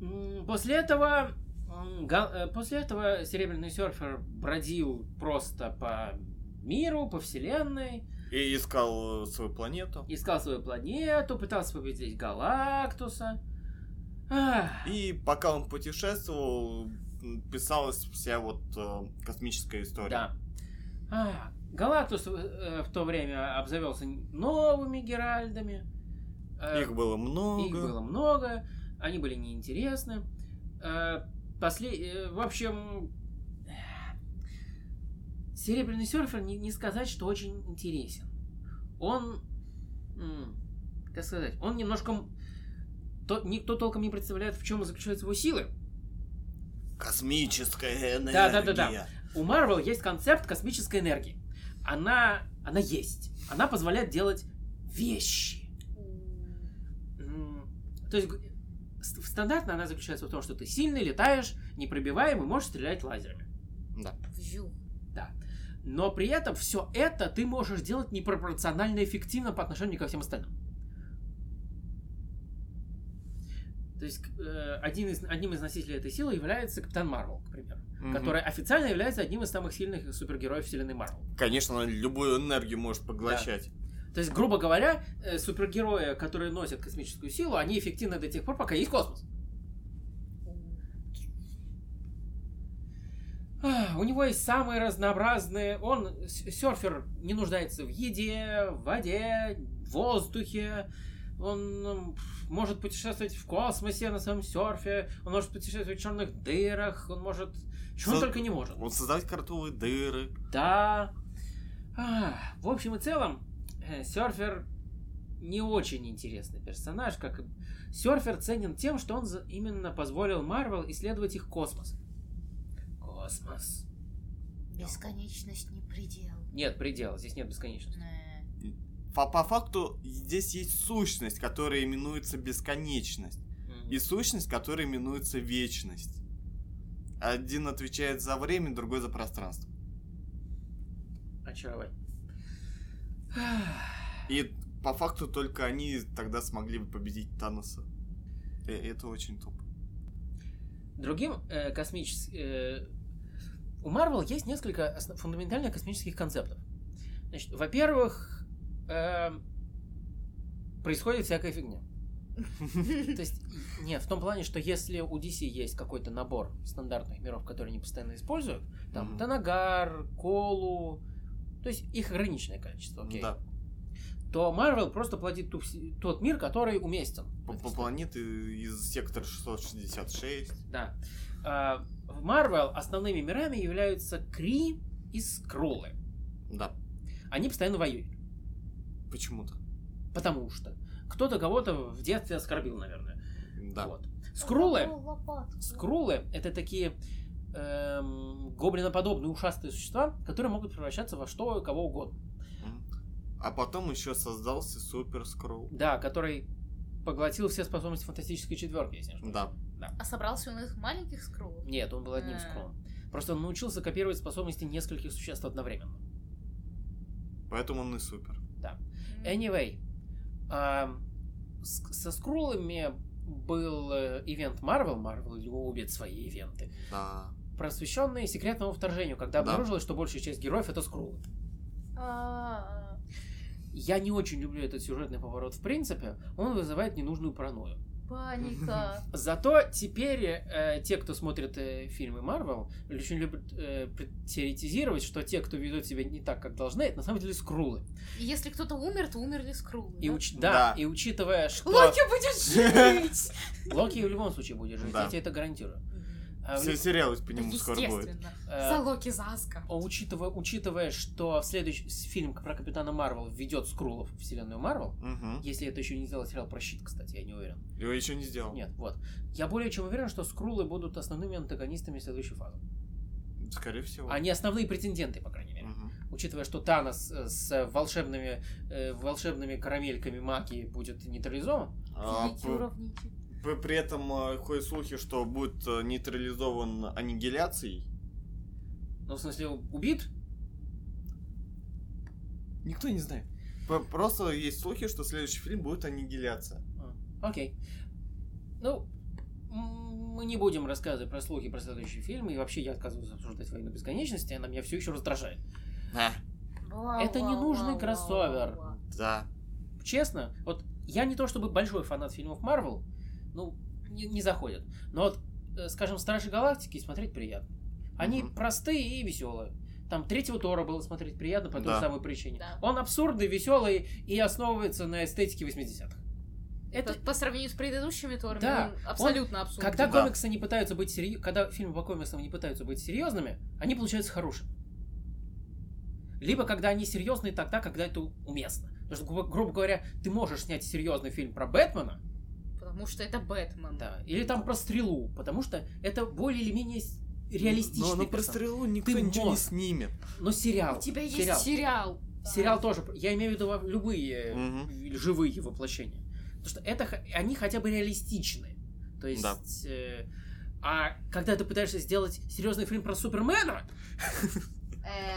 Speaker 2: М, После этого, м, Га- э, после этого Серебряный серфер бродил просто по миру, по вселенной,
Speaker 3: И искал э, свою планету.
Speaker 2: искал свою планету, пытался победить Галактуса. Ах,
Speaker 3: И пока он путешествовал, м, писалась вся вот э, космическая история.
Speaker 2: да. Ах, Галактус э, в то время обзавелся новыми Геральдами. Э,
Speaker 3: Их было много.
Speaker 2: Их было много, они были неинтересны. Э, после- э, В общем, э, Серебряный серфер не, не сказать, что очень интересен. Он, м, как сказать, он немножко... м- то- никто толком не представляет, в чем заключаются его силы.
Speaker 3: Космическая энергия.
Speaker 2: Да, да, да, да. У Марвел есть концепт космической энергии. Она, она есть. Она позволяет делать вещи. М, То есть г- ст- стандартно она заключается в том, что ты сильный, летаешь, непробиваемый, можешь стрелять лазерами.
Speaker 4: Вжу.
Speaker 2: Но при этом все это ты можешь делать непропорционально эффективно по отношению ко всем остальным. То есть к- э, один из, одним из носителей этой силы является Капитан Марвел, к примеру,
Speaker 3: Мгм.
Speaker 2: который официально является одним из самых сильных супергероев вселенной Марвел.
Speaker 3: Конечно, она любую энергию может поглощать.
Speaker 2: То есть, грубо говоря, э, супергерои, которые носят космическую силу, они эффективны до тех пор, пока есть космос. Ах, А, У него есть самые разнообразные. Он с- серфер не нуждается в еде, в воде, в воздухе. Он м, может путешествовать в космосе на своем серфе. Он может путешествовать в черных дырах. Он может. Чего он
Speaker 3: Со-
Speaker 2: только не может.
Speaker 3: Вот создать картовые дыры.
Speaker 2: Да. А, в общем и целом, э, серфер не очень интересный персонаж. Как и- серфер ценен тем, что он за- именно позволил Марвел исследовать их космос. Космос.
Speaker 4: Бесконечность не предел.
Speaker 2: Нет предела, здесь нет бесконечности.
Speaker 4: Э,
Speaker 3: По, по факту здесь есть сущность, которая именуется бесконечность.
Speaker 2: М.
Speaker 3: И сущность, которая именуется вечность. Один отвечает за время, другой за пространство.
Speaker 2: Очаровать.
Speaker 3: И по факту только они тогда смогли бы победить Таноса. Э, Это очень тупо.
Speaker 2: Другим космическим... у Марвел есть несколько осно- фундаментальных космических концептов. Значит, во-первых, э, происходит всякая фигня.
Speaker 4: Э. (laughs)
Speaker 2: То есть, и- не, в том плане, что если у DC есть какой-то набор стандартных миров, которые они постоянно используют, там
Speaker 3: Мгм.
Speaker 2: Танагар, Колу, то есть их ограниченное количество, окей,
Speaker 3: Да.
Speaker 2: то Marvel просто плодит ту вс- тот мир, который уместен.
Speaker 3: По, по планеты из сектора 666.
Speaker 2: Да. А, В Marvel основными мирами являются Кри и Скроллы.
Speaker 3: Да.
Speaker 2: Они постоянно воюют.
Speaker 3: Почему-то.
Speaker 2: Потому что кто-то кого-то в детстве оскорбил, наверное.
Speaker 3: Да.
Speaker 2: Вот. Скроллы...
Speaker 4: лопатку.
Speaker 2: Скрулы это такие эм, гоблиноподобные ушастые существа, которые могут превращаться во что кого угодно.
Speaker 3: М. А потом еще создался Супер Скролл.
Speaker 2: Да, который поглотил все способности фантастической четверки, если не ошибаюсь.
Speaker 3: Да.
Speaker 4: А собрался он их маленьких скроллов?
Speaker 2: Нет, он был одним
Speaker 4: А.
Speaker 2: скрулом. Просто он научился копировать способности нескольких существ одновременно.
Speaker 3: Поэтому он и супер.
Speaker 2: Anyway, а, с- со скрулами был э, ивент Marvel, Marvel любит свои ивенты,
Speaker 3: Да.
Speaker 2: просвещенные секретному вторжению, когда
Speaker 3: Да.
Speaker 2: обнаружилось, что большая часть героев это скрулы.
Speaker 4: А,
Speaker 2: Я не очень люблю этот сюжетный поворот в принципе, он вызывает ненужную паранойю. (laughs)
Speaker 4: Паника.
Speaker 2: Зато теперь э, те, кто смотрит э, фильмы Марвел, очень любят э, пред- теоретизировать, что те, кто ведут себя не так, как должны, это на самом деле скрулы.
Speaker 4: И если кто-то умер, то умерли скрулы.
Speaker 2: И
Speaker 4: да?
Speaker 2: уч- да,
Speaker 3: Да.
Speaker 2: и учитывая, что Локи,
Speaker 4: Локи
Speaker 2: (laughs)
Speaker 4: будет жить!
Speaker 2: в любом случае будет жить,
Speaker 3: Да.
Speaker 2: я тебе это гарантирую. А,
Speaker 3: Все сериалы по нему скоро будет.
Speaker 4: Естественно.
Speaker 2: э,
Speaker 4: За Локи, за Аска.
Speaker 2: А Учитывая, учитывая, что следующий фильм про Капитана Марвел введет Скрулов в вселенную Марвел,
Speaker 3: Угу.
Speaker 2: если это еще не сделал сериал про щит, кстати, я не уверен.
Speaker 3: Его еще не сделал.
Speaker 2: Нет, вот. Я более чем уверен, что Скрулы будут основными антагонистами следующей фазы.
Speaker 3: Скорее всего.
Speaker 2: Они основные претенденты, по крайней мере.
Speaker 3: Мгм.
Speaker 2: Учитывая, что Танос э, с волшебными, э, волшебными карамельками магии будет нейтрализован.
Speaker 3: А,
Speaker 4: Великий
Speaker 3: п-
Speaker 4: уравнитель.
Speaker 3: п- При этом э, ходят слухи, что будет э, нейтрализован аннигиляцией.
Speaker 2: Ну, в смысле, убит? Никто не знает.
Speaker 3: П- Просто есть слухи, что следующий фильм будет аннигиляция.
Speaker 2: Окей. Ну, м, мы не будем рассказывать про слухи про следующий фильм, и вообще я отказываюсь обсуждать «Войну бесконечности», она меня все еще раздражает.
Speaker 3: А,
Speaker 4: Вау,
Speaker 2: Это
Speaker 4: вау,
Speaker 2: ненужный
Speaker 4: вау, вау,
Speaker 2: кроссовер.
Speaker 4: вау.
Speaker 3: Да.
Speaker 2: Честно, вот я не то чтобы большой фанат фильмов Марвел, ну, не, не заходят, но вот, э, скажем, «Стражи Галактики» смотреть приятно. Они
Speaker 3: Мгм.
Speaker 2: простые и веселые. Там третьего Тора было смотреть приятно по той
Speaker 3: Да.
Speaker 2: самой причине.
Speaker 4: Да.
Speaker 2: Он абсурдный, веселый и основывается на эстетике 80-х. Это
Speaker 4: По, по сравнению с предыдущими Торами,
Speaker 2: Да.
Speaker 4: он абсолютно абсурдно.
Speaker 2: Когда
Speaker 3: Да.
Speaker 2: комиксы не пытаются быть серьез... когда фильмы по комиксам не пытаются быть серьезными, они получаются хорошими. Либо когда они серьезные тогда, когда это уместно. Потому что, грубо- грубо говоря, ты можешь снять серьезный фильм про Бэтмена,
Speaker 4: Потому что это Бэтмен.
Speaker 2: да, или там про стрелу, потому что это более или менее с- реалистичный
Speaker 3: Но, но Ну, про
Speaker 2: персонаж.
Speaker 3: стрелу никто
Speaker 2: Ты
Speaker 3: ничего не
Speaker 2: мог.
Speaker 3: снимет.
Speaker 2: Но сериал.
Speaker 4: У тебя есть
Speaker 2: сериал.
Speaker 4: сериал. Да.
Speaker 2: Сериал тоже. Я имею в виду во- любые
Speaker 3: Мгм.
Speaker 2: э, живые воплощения. Потому что это х- они хотя бы реалистичны. То есть.
Speaker 3: Да.
Speaker 2: э, а когда ты пытаешься сделать серьезный фильм про Супермена,
Speaker 4: Э,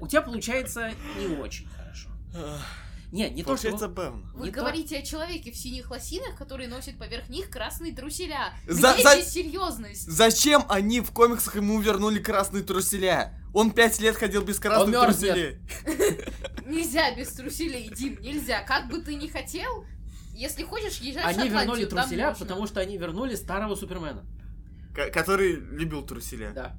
Speaker 2: у тебя получается не очень хорошо. Не, не то,
Speaker 3: Получается,
Speaker 2: что...
Speaker 3: Бэм.
Speaker 4: Вы
Speaker 2: Не то.
Speaker 4: говорите о человеке в синих лосинах, который носит поверх них красные труселя.
Speaker 3: За-
Speaker 4: Где
Speaker 3: за-
Speaker 4: здесь серьезность?
Speaker 3: Зачем они в комиксах ему вернули красные труселя? Он пять лет ходил без красных
Speaker 2: мерзнет.
Speaker 3: труселей.
Speaker 4: Нельзя без труселей, Дим, нельзя. Как бы ты ни хотел, если хочешь, езжай в
Speaker 2: Они
Speaker 4: Шотландию,
Speaker 2: вернули
Speaker 4: там
Speaker 2: труселя,
Speaker 4: можно.
Speaker 2: потому что они вернули старого Супермена.
Speaker 3: Ко- Который любил труселя.
Speaker 2: Да.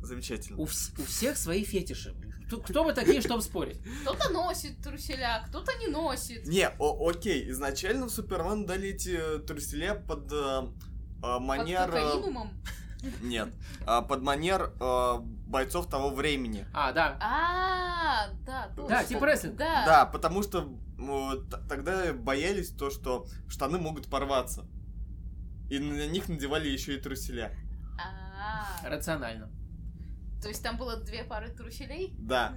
Speaker 2: У,
Speaker 3: Замечательно.
Speaker 2: вс- у всех свои фетиши. Кто, кто вы такие, чтобы спорить?
Speaker 4: Кто-то носит труселя, кто-то не носит.
Speaker 3: Не, о- окей, изначально в Супермен дали эти э, труселя под э, э,
Speaker 4: Под
Speaker 3: манер... э,
Speaker 4: кокаинумом.
Speaker 3: Нет, а, под манер э, бойцов того времени.
Speaker 2: А, да.
Speaker 4: А, да, точно.
Speaker 2: Да, типа рестлинг.
Speaker 4: Да.
Speaker 3: Да, потому что э, т- тогда боялись то, что штаны могут порваться. И на них надевали еще и труселя.
Speaker 4: А,
Speaker 2: Рационально.
Speaker 4: То есть там было две пары труселей?
Speaker 3: Да.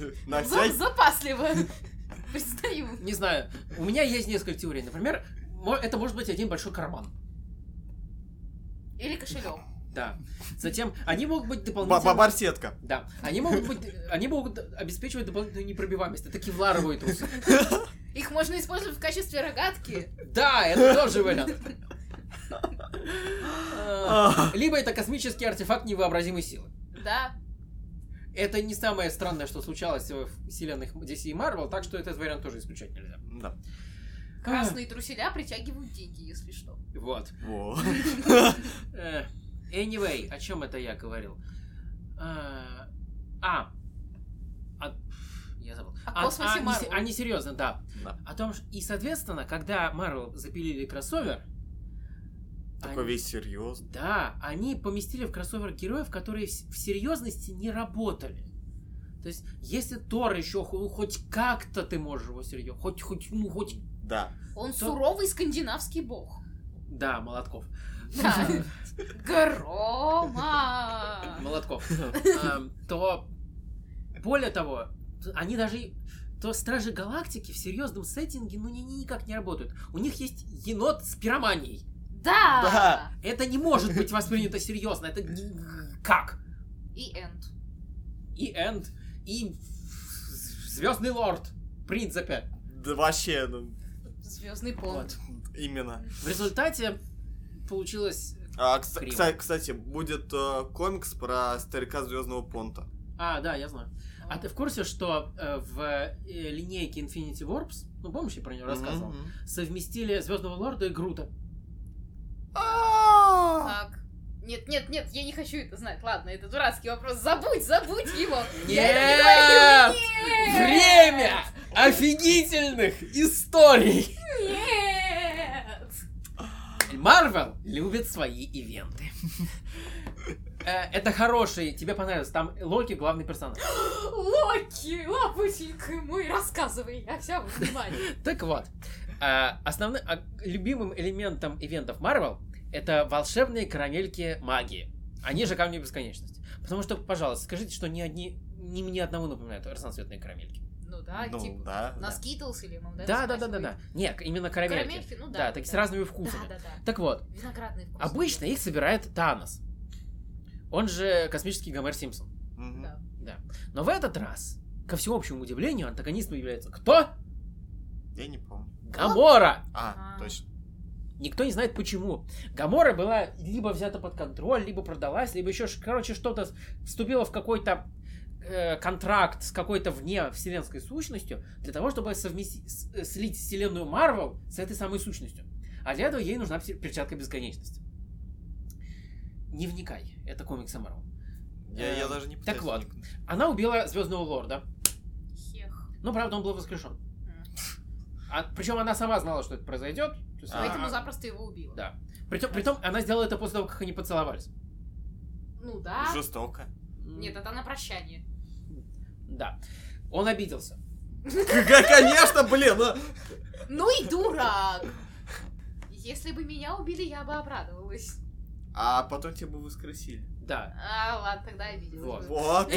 Speaker 3: На, на
Speaker 4: За-
Speaker 3: всякий-
Speaker 4: Запасливо. (laughs) Признаю.
Speaker 2: Не знаю. У меня есть несколько теорий. Например, мо- это может быть один большой карман.
Speaker 4: Или кошелек.
Speaker 2: Да. Затем они могут быть
Speaker 3: Ба-
Speaker 2: дополнительно...
Speaker 3: ба- Барсетка.
Speaker 2: Да. Они могут быть... Они могут обеспечивать дополнительную непробиваемость. Это кевларовые трусы.
Speaker 4: Их можно использовать в качестве рогатки.
Speaker 2: Да, это тоже вариант. Э,
Speaker 3: А.
Speaker 2: Либо это космический артефакт невообразимой силы.
Speaker 4: Да.
Speaker 2: Это не самое странное, что случалось в вселенных DC и Marvel, так что этот вариант тоже исключать нельзя.
Speaker 3: Да.
Speaker 4: Красные труселя притягивают деньги, если что.
Speaker 2: Вот.
Speaker 4: (laughs)
Speaker 3: Во.
Speaker 2: Э, Anyway, о чем это я говорил? А, а, а, я забыл.
Speaker 4: О
Speaker 2: А-
Speaker 4: космосе
Speaker 2: а, не се-
Speaker 4: Marvel.
Speaker 2: А не серьезно, да.
Speaker 3: Да.
Speaker 2: О том, ш- и соответственно, когда Marvel запилили кроссовер,
Speaker 3: Такой
Speaker 2: они-
Speaker 3: весь серьезный.
Speaker 2: Да, они поместили в кроссовер героев, которые вс- в серьезности не работали. То есть, если Тор еще хо- хоть как-то ты можешь его серьезно, хоть, хоть, ну, хоть...
Speaker 3: Да.
Speaker 4: Он
Speaker 2: То-
Speaker 4: суровый
Speaker 2: (laughs)
Speaker 4: скандинавский бог.
Speaker 2: Да, Молотков.
Speaker 4: Да. Грома.
Speaker 2: Молотков. Эм, То, более того, т- они даже... и- То Стражи Галактики в серьезном сеттинге, ну, они никак не работают. У них есть енот с пироманией.
Speaker 4: Да.
Speaker 2: Это не может быть воспринято серьезно. Это ни- как?
Speaker 4: И Энд.
Speaker 2: И Энд, и Звездный лорд, в принципе.
Speaker 3: Да вообще, ну,
Speaker 4: Звездный пол.
Speaker 2: Вот.
Speaker 3: именно.
Speaker 2: В результате получилось...
Speaker 3: А, кс-
Speaker 2: Криво.
Speaker 3: кса- кстати, будет э, комикс про старика Звездного Понта.
Speaker 2: А, да, я знаю. А ты в курсе, что э, в э, линейке Infinity Warps, ну помнишь, я про нее рассказывал,
Speaker 3: Мгм.
Speaker 2: совместили Звездного лорда и Грута.
Speaker 3: А-а-а!
Speaker 4: Так. Нет, нет, нет, я не хочу это знать. Ладно, это дурацкий вопрос. Забудь, забудь его. Я
Speaker 2: Нет!
Speaker 4: это не говорю.
Speaker 2: Время офигительных историй!
Speaker 4: Нет!
Speaker 2: Марвел любит свои ивенты. Э, Это хороший, тебе понравилось. Там Локи главный (gasps) персонаж.
Speaker 4: Локи, лапочник мой, рассказывай, я вся в внимании.
Speaker 2: Так вот, э, основным а, любимым элементом ивентов Marvel это волшебные карамельки магии. Они же камни бесконечности. Потому что, пожалуйста, скажите, что ни одни, ни мне одному напоминают разноцветные карамельки.
Speaker 4: Ну да,
Speaker 3: Ну,
Speaker 4: типа,
Speaker 3: да, да.
Speaker 4: на Skittles или ему,
Speaker 2: Да, да, да, да, да. Нет, именно карамельки.
Speaker 4: Карамельки, ну да,
Speaker 2: Да,
Speaker 4: да,
Speaker 2: такие с
Speaker 4: да.
Speaker 2: разными
Speaker 4: Да,
Speaker 2: вкусами.
Speaker 4: да, да.
Speaker 2: Так вот,
Speaker 4: Виноградный вкус.
Speaker 2: обычно их собирает Танос. Он же космический Гомер Симпсон.
Speaker 3: Мгм.
Speaker 4: Да.
Speaker 2: Но в этот раз, ко всеобщему удивлению, антагонистом является кто?
Speaker 3: Я не помню.
Speaker 2: Гамора!
Speaker 3: А,
Speaker 4: А.
Speaker 3: точно.
Speaker 2: Никто не знает почему. Гамора была либо взята под контроль, либо продалась, либо еще, ш- короче, что-то с- вступило в какой-то э, контракт с какой-то вне вселенской сущностью для того, чтобы совмести- с- э, слить вселенную Марвел с этой самой сущностью. А для этого ей нужна пер- перчатка бесконечности. Не вникай, это комиксы Марвел.
Speaker 3: Я, я
Speaker 2: Эм,
Speaker 3: даже не
Speaker 2: так
Speaker 3: пытаюсь
Speaker 2: вот.
Speaker 3: вникнуть.
Speaker 2: Она убила Звездного Лорда,
Speaker 4: Хех.
Speaker 2: но правда он был воскрешен.
Speaker 4: М.
Speaker 2: причем она сама знала, что это произойдет. То есть она-
Speaker 4: Поэтому запросто его убила.
Speaker 2: А. Да. Притом, притом она сделала это после того, как они поцеловались.
Speaker 4: Ну
Speaker 2: А?
Speaker 4: да.
Speaker 3: Жестоко.
Speaker 4: Нет, это на прощание.
Speaker 2: Да. Он обиделся.
Speaker 3: (laughs) Конечно, блин! ну.
Speaker 4: Ну и дурак! Если бы меня убили, я бы обрадовалась.
Speaker 3: А потом тебя бы воскресили.
Speaker 2: Да.
Speaker 4: А, ладно, тогда обиделась
Speaker 2: Вот.
Speaker 4: бы.
Speaker 3: Вот.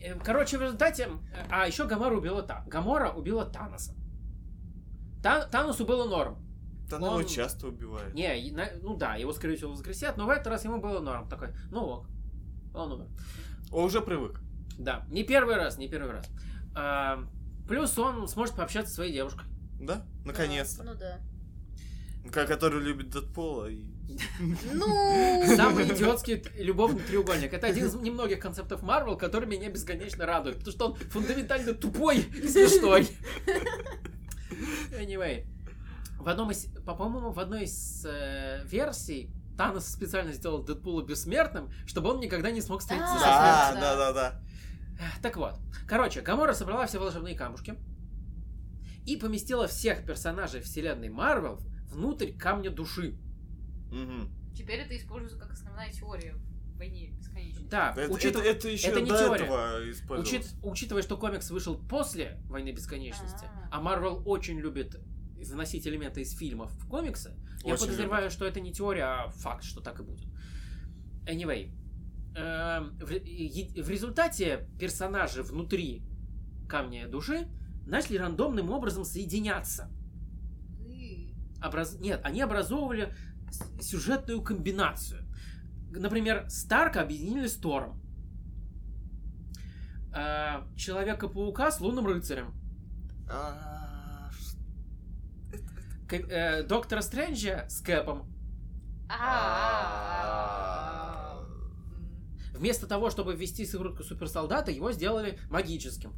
Speaker 2: Э, Короче, в результате... э, А еще Гамора убила Та. Гамора убила Таноса. Та- Таносу было норм.
Speaker 3: Да она его
Speaker 2: Он-
Speaker 3: часто убивает.
Speaker 2: Не, и на- ну да, его, скорее всего, воскресят, но в этот раз ему было норм. Такой, ну ок. Он умер.
Speaker 3: Он уже привык.
Speaker 2: Да, не первый раз, не первый раз. А, плюс он сможет пообщаться со своей девушкой.
Speaker 3: Да? Наконец-то.
Speaker 4: Ну да.
Speaker 3: Ка- Который любит Дэдпола и...
Speaker 4: (laughs) Ну!
Speaker 2: (laughs) Самый идиотский т- любовный треугольник. Это один из немногих концептов Марвел, который меня бесконечно радует, потому что он фундаментально тупой и смешной. Anyway. В одном из, по- по-моему, в одной из э, версий Танос специально сделал Дэдпула бессмертным, чтобы он никогда не смог встретиться со смертью.
Speaker 3: Да,
Speaker 4: да.
Speaker 3: да, да, да.
Speaker 2: Эх, Так вот. Короче, Гамора собрала все волшебные камушки и поместила всех персонажей вселенной Марвел внутрь камня души.
Speaker 3: Мгм.
Speaker 4: Теперь это используется как основная теория в войне бесконечной.
Speaker 2: Да,
Speaker 3: Это,
Speaker 2: учитыв-
Speaker 3: это- это еще
Speaker 2: это не
Speaker 3: до
Speaker 2: теория.
Speaker 3: этого использовалось.
Speaker 2: Учит- учитывая, что комикс вышел после «Войны бесконечности»,
Speaker 4: А.
Speaker 2: а Марвел очень любит заносить элементы из фильмов в комиксы, я
Speaker 3: Очень
Speaker 2: подозреваю, что это не теория, а факт, что так и будет. Anyway, эм, в, ре- е- в результате персонажи внутри Камня Души начали рандомным образом соединяться.
Speaker 4: И-
Speaker 2: Образ- Нет, они образовывали с- сюжетную комбинацию. Например, Старка объединили с Тором. А, Человека-паука с Лунным Рыцарем.
Speaker 3: А, ш-
Speaker 2: К- э, Доктора Стрэнджа с Кэпом. А,
Speaker 4: А. М.
Speaker 2: Вместо того, чтобы ввести сыворотку суперсолдата, его сделали магическим.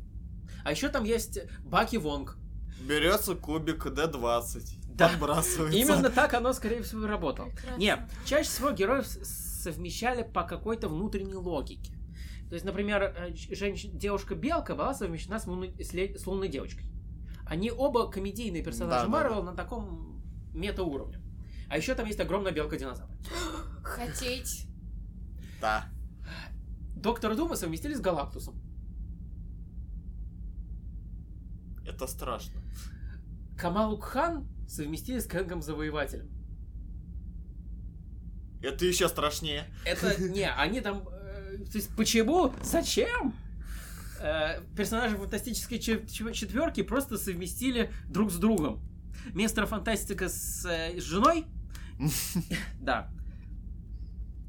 Speaker 2: А еще там есть Баки Вонг.
Speaker 3: Берется кубик D20.
Speaker 2: Да.
Speaker 3: Подбрасывается.
Speaker 2: Именно так оно, скорее всего, и работало.
Speaker 4: Прекрасно.
Speaker 2: Нет, чаще всего героев с- совмещали по какой-то внутренней логике. То есть, например, э, ж- женщ- девушка-белка была совмещена с, лунной- с ле- с лунной девочкой. Они оба комедийные персонажи
Speaker 3: Да, да,
Speaker 2: Марвел на таком метауровне. А еще там есть огромная белка-динозавр.
Speaker 4: Хотеть.
Speaker 3: Да.
Speaker 2: Доктор Дума совместили с Галактусом.
Speaker 3: Это страшно.
Speaker 2: Камалу Кхан совместили с Кэнгом Завоевателем.
Speaker 3: Это еще страшнее.
Speaker 2: Это не, они там... э, то есть почему? Зачем? Э, персонажи фантастической четверки просто совместили друг с другом. Мистер Фантастика с, э, с женой. Да.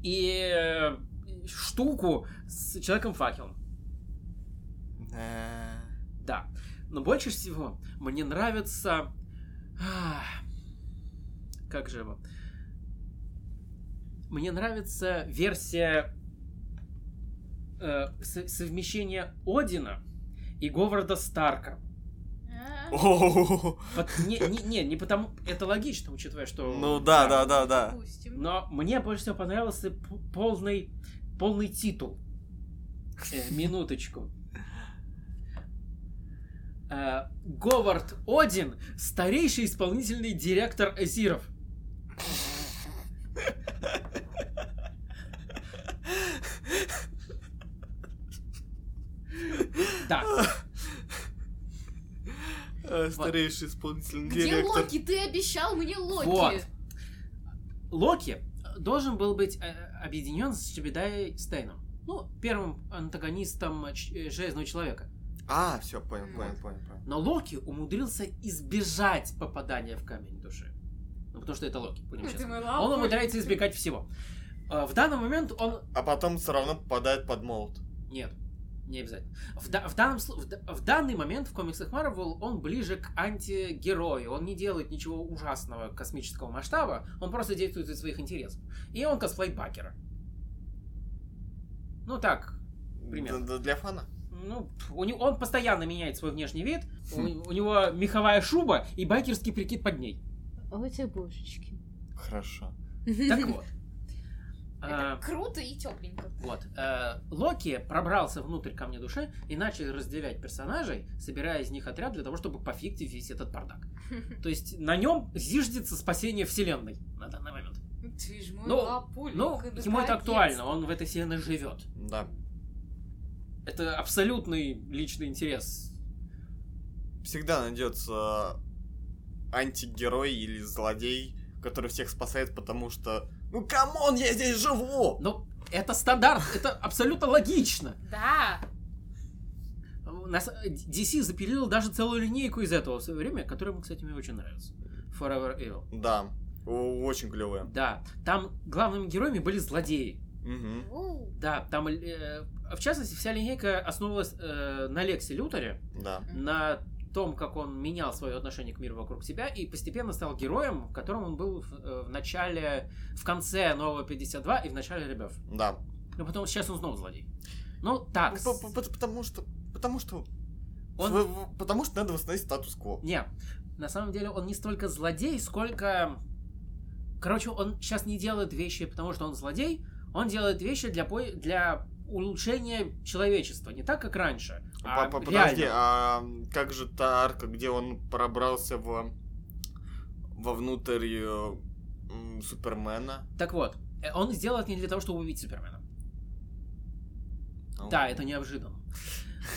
Speaker 2: И э, штуку с Человеком-факелом.
Speaker 3: Э,
Speaker 2: Да. Но больше всего мне нравится... ах, Как же его? Мне нравится версия э, со- совмещения Одина и Говарда Старка.
Speaker 4: А,
Speaker 3: о-о-о.
Speaker 2: Пот- не, не, не, не потому... Это логично, учитывая, что...
Speaker 3: Ну да, да, да, (laughs) да.
Speaker 4: Допустим.
Speaker 2: Но мне больше всего понравился п- полный, полный титул. Э, Минуточку. Э, Говард Один, старейший исполнительный директор Эзиров. Да.
Speaker 3: Э, Старейший исполнительный
Speaker 4: Где
Speaker 3: директор.
Speaker 4: Локи? Ты обещал мне Локи.
Speaker 2: Вот. Локи должен был быть э, объединен с Чебедай Стейном. Ну, первым антагонистом э, Ч- э, Железного Человека.
Speaker 3: А, все, понял, понял,
Speaker 4: Вот.
Speaker 3: понял, понял.
Speaker 2: Но Локи умудрился избежать попадания в камень души. Ну, потому что это Локи, будем
Speaker 4: Ты
Speaker 2: честны.
Speaker 4: мой
Speaker 2: Он
Speaker 4: лапу.
Speaker 2: умудряется избегать всего. Э, В данный момент он...
Speaker 3: А потом все равно попадает под молот.
Speaker 2: Нет, не обязательно. В, да- в данном, слу- в, да- в данный момент в комиксах Marvel он ближе к антигерою. Он не делает ничего ужасного космического масштаба. Он просто действует из своих интересов. И он косплей Бакера. Ну так, Примерно.
Speaker 3: Д- д- Для фана.
Speaker 2: Ну, у него, он постоянно меняет свой внешний вид. У, у него меховая шуба и байкерский прикид под ней.
Speaker 1: Ой, ты божечки.
Speaker 3: Хорошо.
Speaker 4: (laughs)
Speaker 2: Так вот.
Speaker 4: Это
Speaker 2: А,
Speaker 4: круто и тепленько.
Speaker 2: Вот. э, Локи пробрался внутрь камня души и начал разделять персонажей, собирая из них отряд для того, чтобы пофиктить весь этот
Speaker 4: (laughs)
Speaker 2: бардак. То есть на нем зиждется спасение вселенной на данный момент.
Speaker 4: Ты ж мой
Speaker 2: Ну,
Speaker 4: лапуль.
Speaker 2: Ну,
Speaker 4: как бы
Speaker 2: ему это
Speaker 4: капец.
Speaker 2: актуально, он в этой вселенной живет.
Speaker 3: Да.
Speaker 2: Это абсолютный личный интерес.
Speaker 3: Всегда найдется антигерой или злодей, который всех спасает, потому что ну камон, я здесь живу!
Speaker 2: Но Ну, это стандарт, это абсолютно логично.
Speaker 4: Да.
Speaker 2: На с- DC запилил даже целую линейку из этого в свое время, которая, мне, кстати, мне очень нравится. Forever Evil.
Speaker 3: Да, О, очень клевые.
Speaker 2: Да, там главными героями были злодеи.
Speaker 3: Мгм.
Speaker 4: У,
Speaker 2: Да, там, э, в частности, вся линейка основывалась э, на Лексе Лютере,
Speaker 3: Да.
Speaker 2: на том, как он менял свое отношение к миру вокруг себя и постепенно стал героем, которым он был в, э, в начале, в конце нового 52 и в начале Ребев.
Speaker 3: Да.
Speaker 2: Но потом сейчас он снова злодей. Ну, так.
Speaker 3: Ну, по- по- Потому что. Потому что.
Speaker 2: Он-
Speaker 3: Вы- вы- Потому что надо восстановить статус-кво.
Speaker 2: Не, на самом деле он не столько злодей, сколько... Короче, он сейчас не делает вещи, потому что он злодей, он делает вещи для, пой- для улучшения человечества, не так, как раньше, а
Speaker 3: По- по- Подожди,
Speaker 2: реально.
Speaker 3: а как же та арка, где он пробрался в вовнутрь э, м, Супермена?
Speaker 2: Так вот, э, он сделает не для того, чтобы убить Супермена.
Speaker 3: Ну,
Speaker 2: Да, это неожиданно.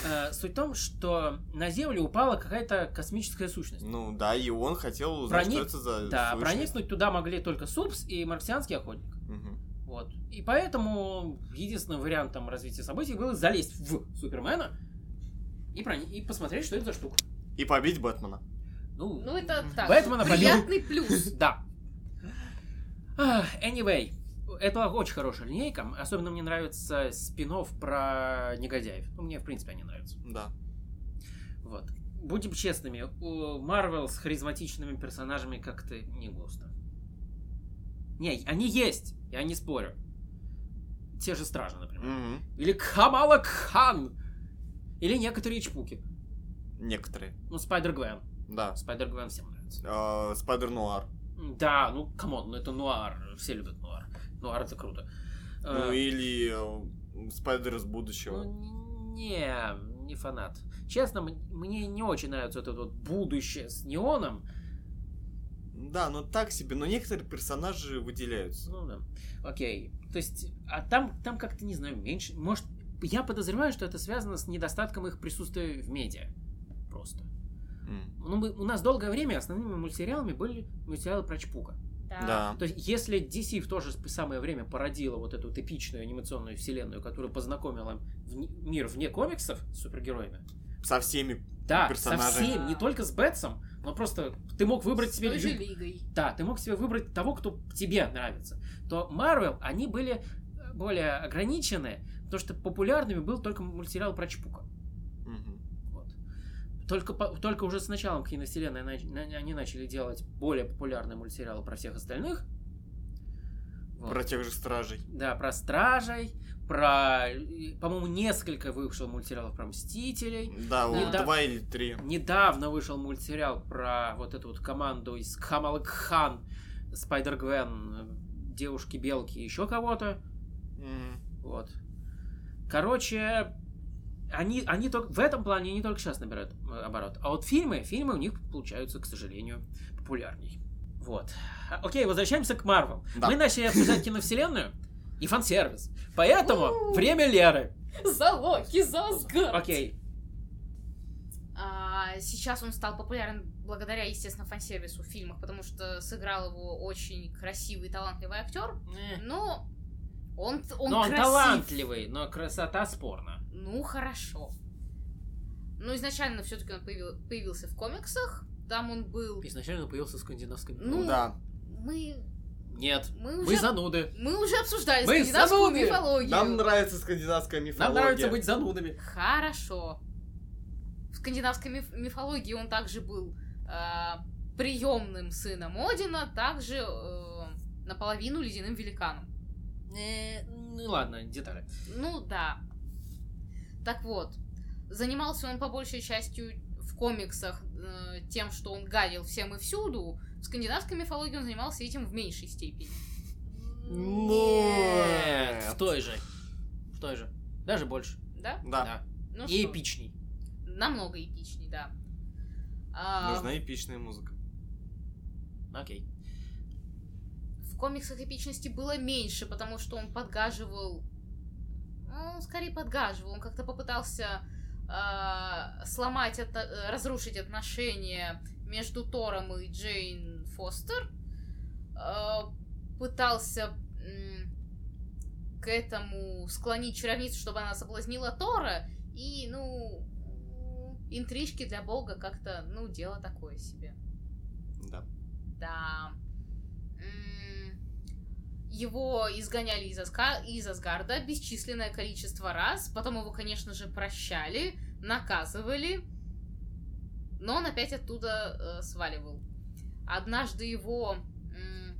Speaker 2: Э, Суть в том, что на Землю упала какая-то космическая сущность.
Speaker 3: Ну да, и он хотел узнать,
Speaker 2: Проник-
Speaker 3: что это за
Speaker 2: Да,
Speaker 3: сущность.
Speaker 2: проникнуть туда могли только Супс и марксианский охотник.
Speaker 3: Мгм.
Speaker 2: Вот. И поэтому единственным вариантом развития событий было залезть в Супермена и, прони- и посмотреть, что это за штука.
Speaker 3: И побить Бэтмена.
Speaker 2: Ну,
Speaker 4: Ну, это так.
Speaker 2: Бэтмена побил.
Speaker 4: Приятный плюс.
Speaker 2: Да. Ах, Anyway, это очень хорошая линейка. Особенно мне нравится спин про негодяев. Ну, мне, в принципе, они нравятся.
Speaker 3: Да.
Speaker 2: Вот. Будем честными, у Марвел с харизматичными персонажами как-то не густо. Не, они есть, я не спорю. Те же Стражи, например.
Speaker 3: Мгм.
Speaker 2: Или Камала Кхан. Или некоторые чпуки.
Speaker 3: Некоторые.
Speaker 2: Ну, Спайдер Гвен.
Speaker 3: Да.
Speaker 2: Спайдер Гвен всем нравится.
Speaker 3: Э, Спайдер Нуар.
Speaker 2: Да, ну, камон, ну это нуар. Все любят нуар. Нуар это круто.
Speaker 3: Ну
Speaker 2: Э,
Speaker 3: или э, Спайдер из
Speaker 2: ну,
Speaker 3: будущего.
Speaker 2: н- не, не фанат. Честно, м- мне не очень нравится вот это вот будущее с неоном.
Speaker 3: Да, ну так себе, но некоторые персонажи выделяются.
Speaker 2: Ну да. Окей. То есть, а там, там как-то, не знаю, меньше. Может, я подозреваю, что это связано с недостатком их присутствия в медиа. Просто.
Speaker 3: М.
Speaker 2: Ну, мы- у нас долгое время основными мультсериалами были мультсериалы про Чпука.
Speaker 3: Да.
Speaker 2: То есть, если DC в то же сп- самое время породила вот эту вот эпичную анимационную вселенную, которая познакомила вне- мир вне комиксов с супергероями,
Speaker 3: Со всеми.
Speaker 2: да, со
Speaker 3: Персонажей.
Speaker 2: всеми, не только с Бэтсом, но просто ты мог выбрать
Speaker 4: С
Speaker 2: себе
Speaker 4: той же
Speaker 2: лю-
Speaker 4: лигой.
Speaker 2: да, ты мог себе выбрать того, кто тебе нравится. То Marvel, они были э, более ограничены, потому что популярными был только мультсериал про Чпука.
Speaker 3: Мгм.
Speaker 2: Только, по- только уже с началом киновселенной нач- на- они начали делать более популярные мультсериалы про всех остальных. Вот.
Speaker 3: Про тех же стражей.
Speaker 2: Да, про Стражей, про, э, по-моему, несколько вышло мультсериалов про Мстителей.
Speaker 3: Да, вот
Speaker 2: Да.
Speaker 3: два или три.
Speaker 2: Недавно вышел мультсериал про вот эту вот команду из Камала Кхан, Спайдер Гвен, Девушки Белки и еще кого-то.
Speaker 3: М.
Speaker 2: Вот. Короче, они, они только в этом плане они только сейчас набирают э, оборот. А вот фильмы, фильмы у них получаются, к сожалению, популярней. Вот. А, Окей, возвращаемся к Марвел.
Speaker 3: Да.
Speaker 2: Мы начали обсуждать киновселенную и фан-сервис. Поэтому время Леры.
Speaker 4: За Локи, за Асгард.
Speaker 2: Окей.
Speaker 4: А, сейчас он стал популярен благодаря, естественно, фан-сервису в фильмах, потому что сыграл его очень красивый и талантливый актер.
Speaker 2: Э,
Speaker 4: Но он, он
Speaker 2: Но он
Speaker 4: красив.
Speaker 2: талантливый, но красота спорна.
Speaker 4: Ну, хорошо. Ну, изначально все-таки он появил- появился в комиксах. Там он был...
Speaker 2: Изначально появился в скандинавском
Speaker 4: Ну,
Speaker 2: мифологии.
Speaker 3: Да.
Speaker 4: Мы,
Speaker 2: Нет,
Speaker 4: мы
Speaker 2: мы
Speaker 4: уже...
Speaker 2: зануды.
Speaker 4: Мы уже обсуждали
Speaker 2: Мы
Speaker 4: скандинавскую
Speaker 2: зануды!
Speaker 4: мифологию.
Speaker 3: Нам нравится скандинавская
Speaker 2: Нам
Speaker 3: мифология.
Speaker 2: нравится быть занудами.
Speaker 4: Хорошо. В скандинавской миф- мифологии он также был приемным сыном Одина, также э, наполовину ледяным великаном.
Speaker 2: Э, Ну ладно, детали.
Speaker 4: Ну да. Так вот, занимался он по большей частью в комиксах э, тем, что он гадил всем и всюду. В скандинавской мифологии он занимался этим в меньшей степени.
Speaker 3: Ну.
Speaker 2: Нет, в той же. В той же. Даже больше.
Speaker 4: Да?
Speaker 3: Да.
Speaker 4: Ну
Speaker 2: И
Speaker 4: что,
Speaker 2: эпичней.
Speaker 4: Намного эпичней, да. А,
Speaker 3: Нужна эпичная музыка.
Speaker 2: Окей.
Speaker 4: в комиксах эпичности было меньше, потому что он подгаживал... Ну, он скорее подгаживал. Он как-то попытался э, сломать, это, э, разрушить отношения между Тором и Джейн Фостер. Э, пытался м, к этому склонить чаровницу, чтобы она соблазнила Тора. И, ну, м, интрижки для бога как-то, ну, дело такое себе.
Speaker 3: Да.
Speaker 4: Да. М, Его изгоняли из, Аска- из Асгарда бесчисленное количество раз. Потом его, конечно же, прощали, наказывали. Но он опять оттуда э, сваливал. Однажды его... м,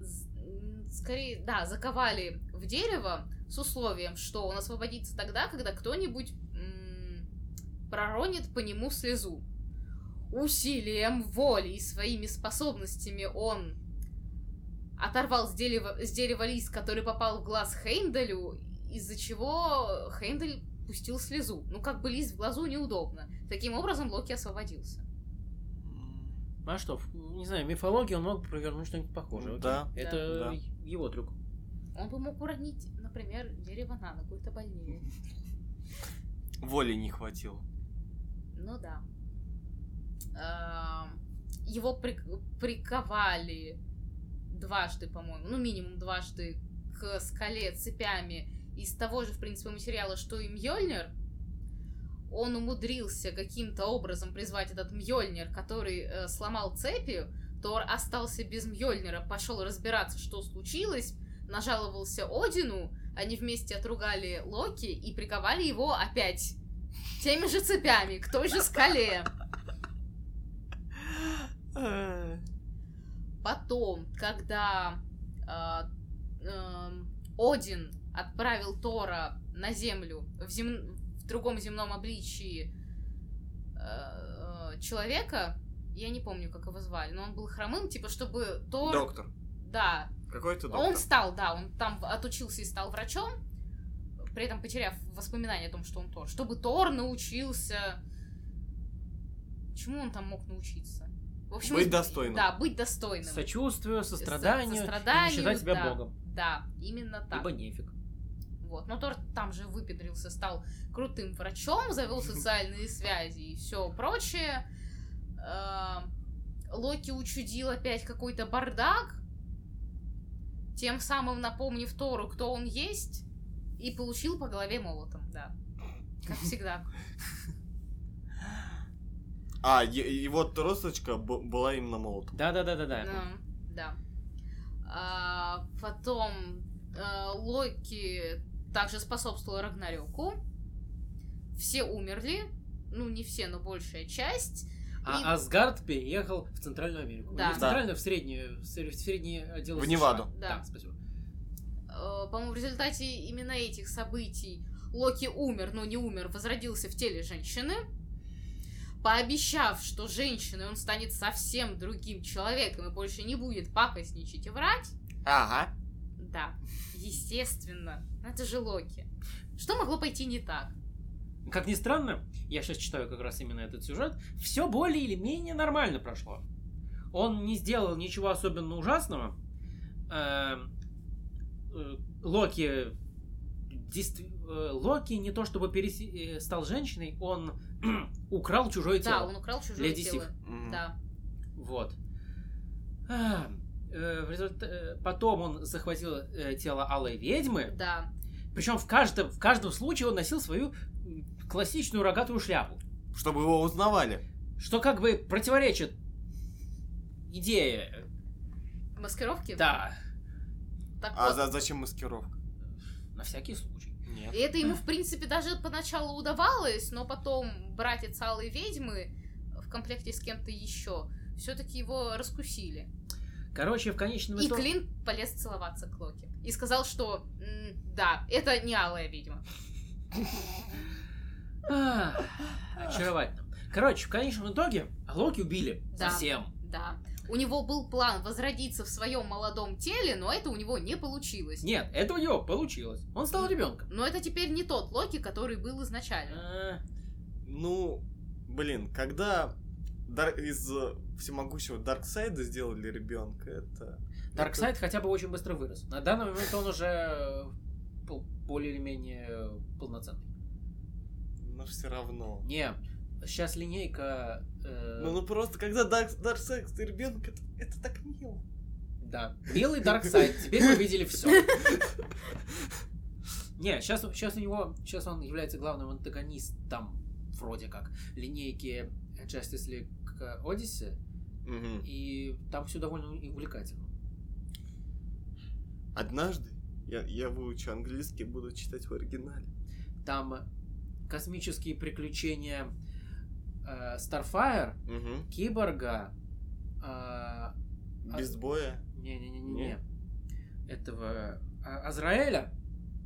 Speaker 4: з- м, Скорее, да, заковали в дерево с условием, что он освободится тогда, когда кто-нибудь м, проронит по нему слезу усилием воли и своими способностями он оторвал с дерева, с дерева лист, который попал в глаз Хейнделю, из-за чего Хейндель пустил слезу. Ну, как бы лист в глазу неудобно. Таким образом, Локи освободился.
Speaker 2: А что, в- не знаю, в мифологии он мог бы провернуть что-нибь похожее. окей.
Speaker 3: Да.
Speaker 2: Это
Speaker 3: Да.
Speaker 2: его трюк.
Speaker 4: Он бы мог уронить, например, дерево на ногу, это больнее.
Speaker 3: Воли не хватило.
Speaker 4: Ну да. Эм, Его при- приковали дважды, по-моему, ну минимум дважды к скале цепями из того же, в принципе, материала, что и Мьёльнир. Он умудрился каким-то образом призвать этот Мьёльнир, который э, сломал цепи. Тор остался без Мьёльнира, пошел разбираться, что случилось, нажаловался Одину, они вместе отругали Локи и приковали его опять теми же цепями, к той же скале.
Speaker 3: Э.
Speaker 4: Потом, когда а, эм, Один отправил Тора на землю в, зем- в другом земном обличии э, э, человека, я не помню, как его звали, но он был хромым, типа, чтобы Тор...
Speaker 3: Доктор.
Speaker 4: Да,
Speaker 3: Какой ты
Speaker 4: он
Speaker 3: доктор?
Speaker 4: стал, да, он там отучился и стал врачом, при этом потеряв воспоминания о том, что он Тор. Чтобы Тор научился... Чему он там мог научиться? В общем,
Speaker 3: Быть
Speaker 4: из-
Speaker 3: достойным.
Speaker 4: Да, быть достойным.
Speaker 2: Сочувствию, состраданию, и
Speaker 4: состраданию,
Speaker 2: не считать себя
Speaker 4: да.
Speaker 2: богом.
Speaker 4: Да, именно так.
Speaker 2: Ибо нефиг.
Speaker 4: Вот. Но Тор там же выпендрился, стал крутым врачом, завел социальные связи и все прочее. Э, Локи учудил опять какой-то бардак, тем самым напомнив Тору, кто он есть, и получил по голове молотом, да. Как всегда.
Speaker 3: А, е- его тросточка б- была именно молотом.
Speaker 2: Да-да-да-да-да.
Speaker 4: Ну, Да. А, Потом э, Локи также способствовал Рагнарёку. Все умерли, ну не все, но большая часть. И-
Speaker 2: А Асгард переехал в Центральную Америку.
Speaker 4: Да.
Speaker 2: Не в
Speaker 3: Да.
Speaker 2: Центральную, в среднюю, в сре- в средний отдел
Speaker 3: В
Speaker 2: США.
Speaker 3: Неваду.
Speaker 4: Да.
Speaker 2: Да, спасибо.
Speaker 4: Э, по-моему, в результате именно этих событий Локи умер, но не умер, возродился в теле женщины, пообещав, что женщиной он станет совсем другим человеком и больше не будет пакостничать и врать.
Speaker 3: Ага.
Speaker 4: Да, естественно, Ну, это же Локи. Что могло пойти не так?
Speaker 2: Как ни странно, я сейчас читаю как раз именно этот сюжет, все более или менее нормально прошло. Он не сделал ничего особенно ужасного. Эм, э, Локи... действ- э, Локи не то чтобы пересе- э, стал женщиной, он (clears throat) украл чужое
Speaker 4: Да,
Speaker 2: тело.
Speaker 4: он украл чужое
Speaker 2: Леди
Speaker 4: тело.
Speaker 2: Сиф.
Speaker 3: М.
Speaker 4: Да.
Speaker 2: Вот. А, э, в результа- э, Потом он захватил э, тело алой ведьмы.
Speaker 4: Да.
Speaker 2: Причем в каждом, в каждом случае он носил свою м, классичную рогатую шляпу.
Speaker 3: Чтобы его узнавали.
Speaker 2: Что как бы противоречит идее.
Speaker 4: Маскировки?
Speaker 2: Да,
Speaker 4: Так
Speaker 3: А
Speaker 4: вот.
Speaker 3: за- зачем маскировка?
Speaker 2: на всякий случай.
Speaker 3: Нет.
Speaker 4: И это ему, в принципе, даже поначалу удавалось, но потом братец Алой Ведьмы в комплекте с кем-то еще все-таки его раскусили.
Speaker 2: Короче, в конечном
Speaker 4: И
Speaker 2: итоге...
Speaker 4: Клин полез целоваться к Локи. И сказал, что «М, да, это не Алая Ведьма.
Speaker 2: А, очаровательно. Короче, в конечном итоге Локи убили.
Speaker 4: Да.
Speaker 2: Совсем.
Speaker 4: Да. У него был план возродиться в своем молодом теле, но это у него не получилось.
Speaker 2: Нет, это у него получилось. Он стал ребенком.
Speaker 4: Но это теперь не тот Локи, который был изначально.
Speaker 2: А,
Speaker 3: Ну, блин, когда дар- из э, всемогущего Дарксайда сделали ребенка, это...
Speaker 2: Дарксайд хотя бы очень быстро вырос. На данный момент он уже э, пол- более или менее э, полноценный.
Speaker 3: это- Ну, все равно.
Speaker 2: Не, сейчас линейка... э,
Speaker 3: Ну, ну просто, когда Дарк- Дарксайд и ребенок, это, это так мило.
Speaker 2: Да. Белый Дарксайд, теперь мы видели все. Не, сейчас, сейчас у него, сейчас он является главным антагонистом, вроде как, линейки Justice League Odyssey, и там все довольно и увлекательно.
Speaker 3: Однажды я, я выучу английский, буду читать в оригинале.
Speaker 2: Там космические приключения э, Starfire, Киборга, э,
Speaker 3: А Без боя.
Speaker 2: Не-не-не-не. Этого а, Азраэля,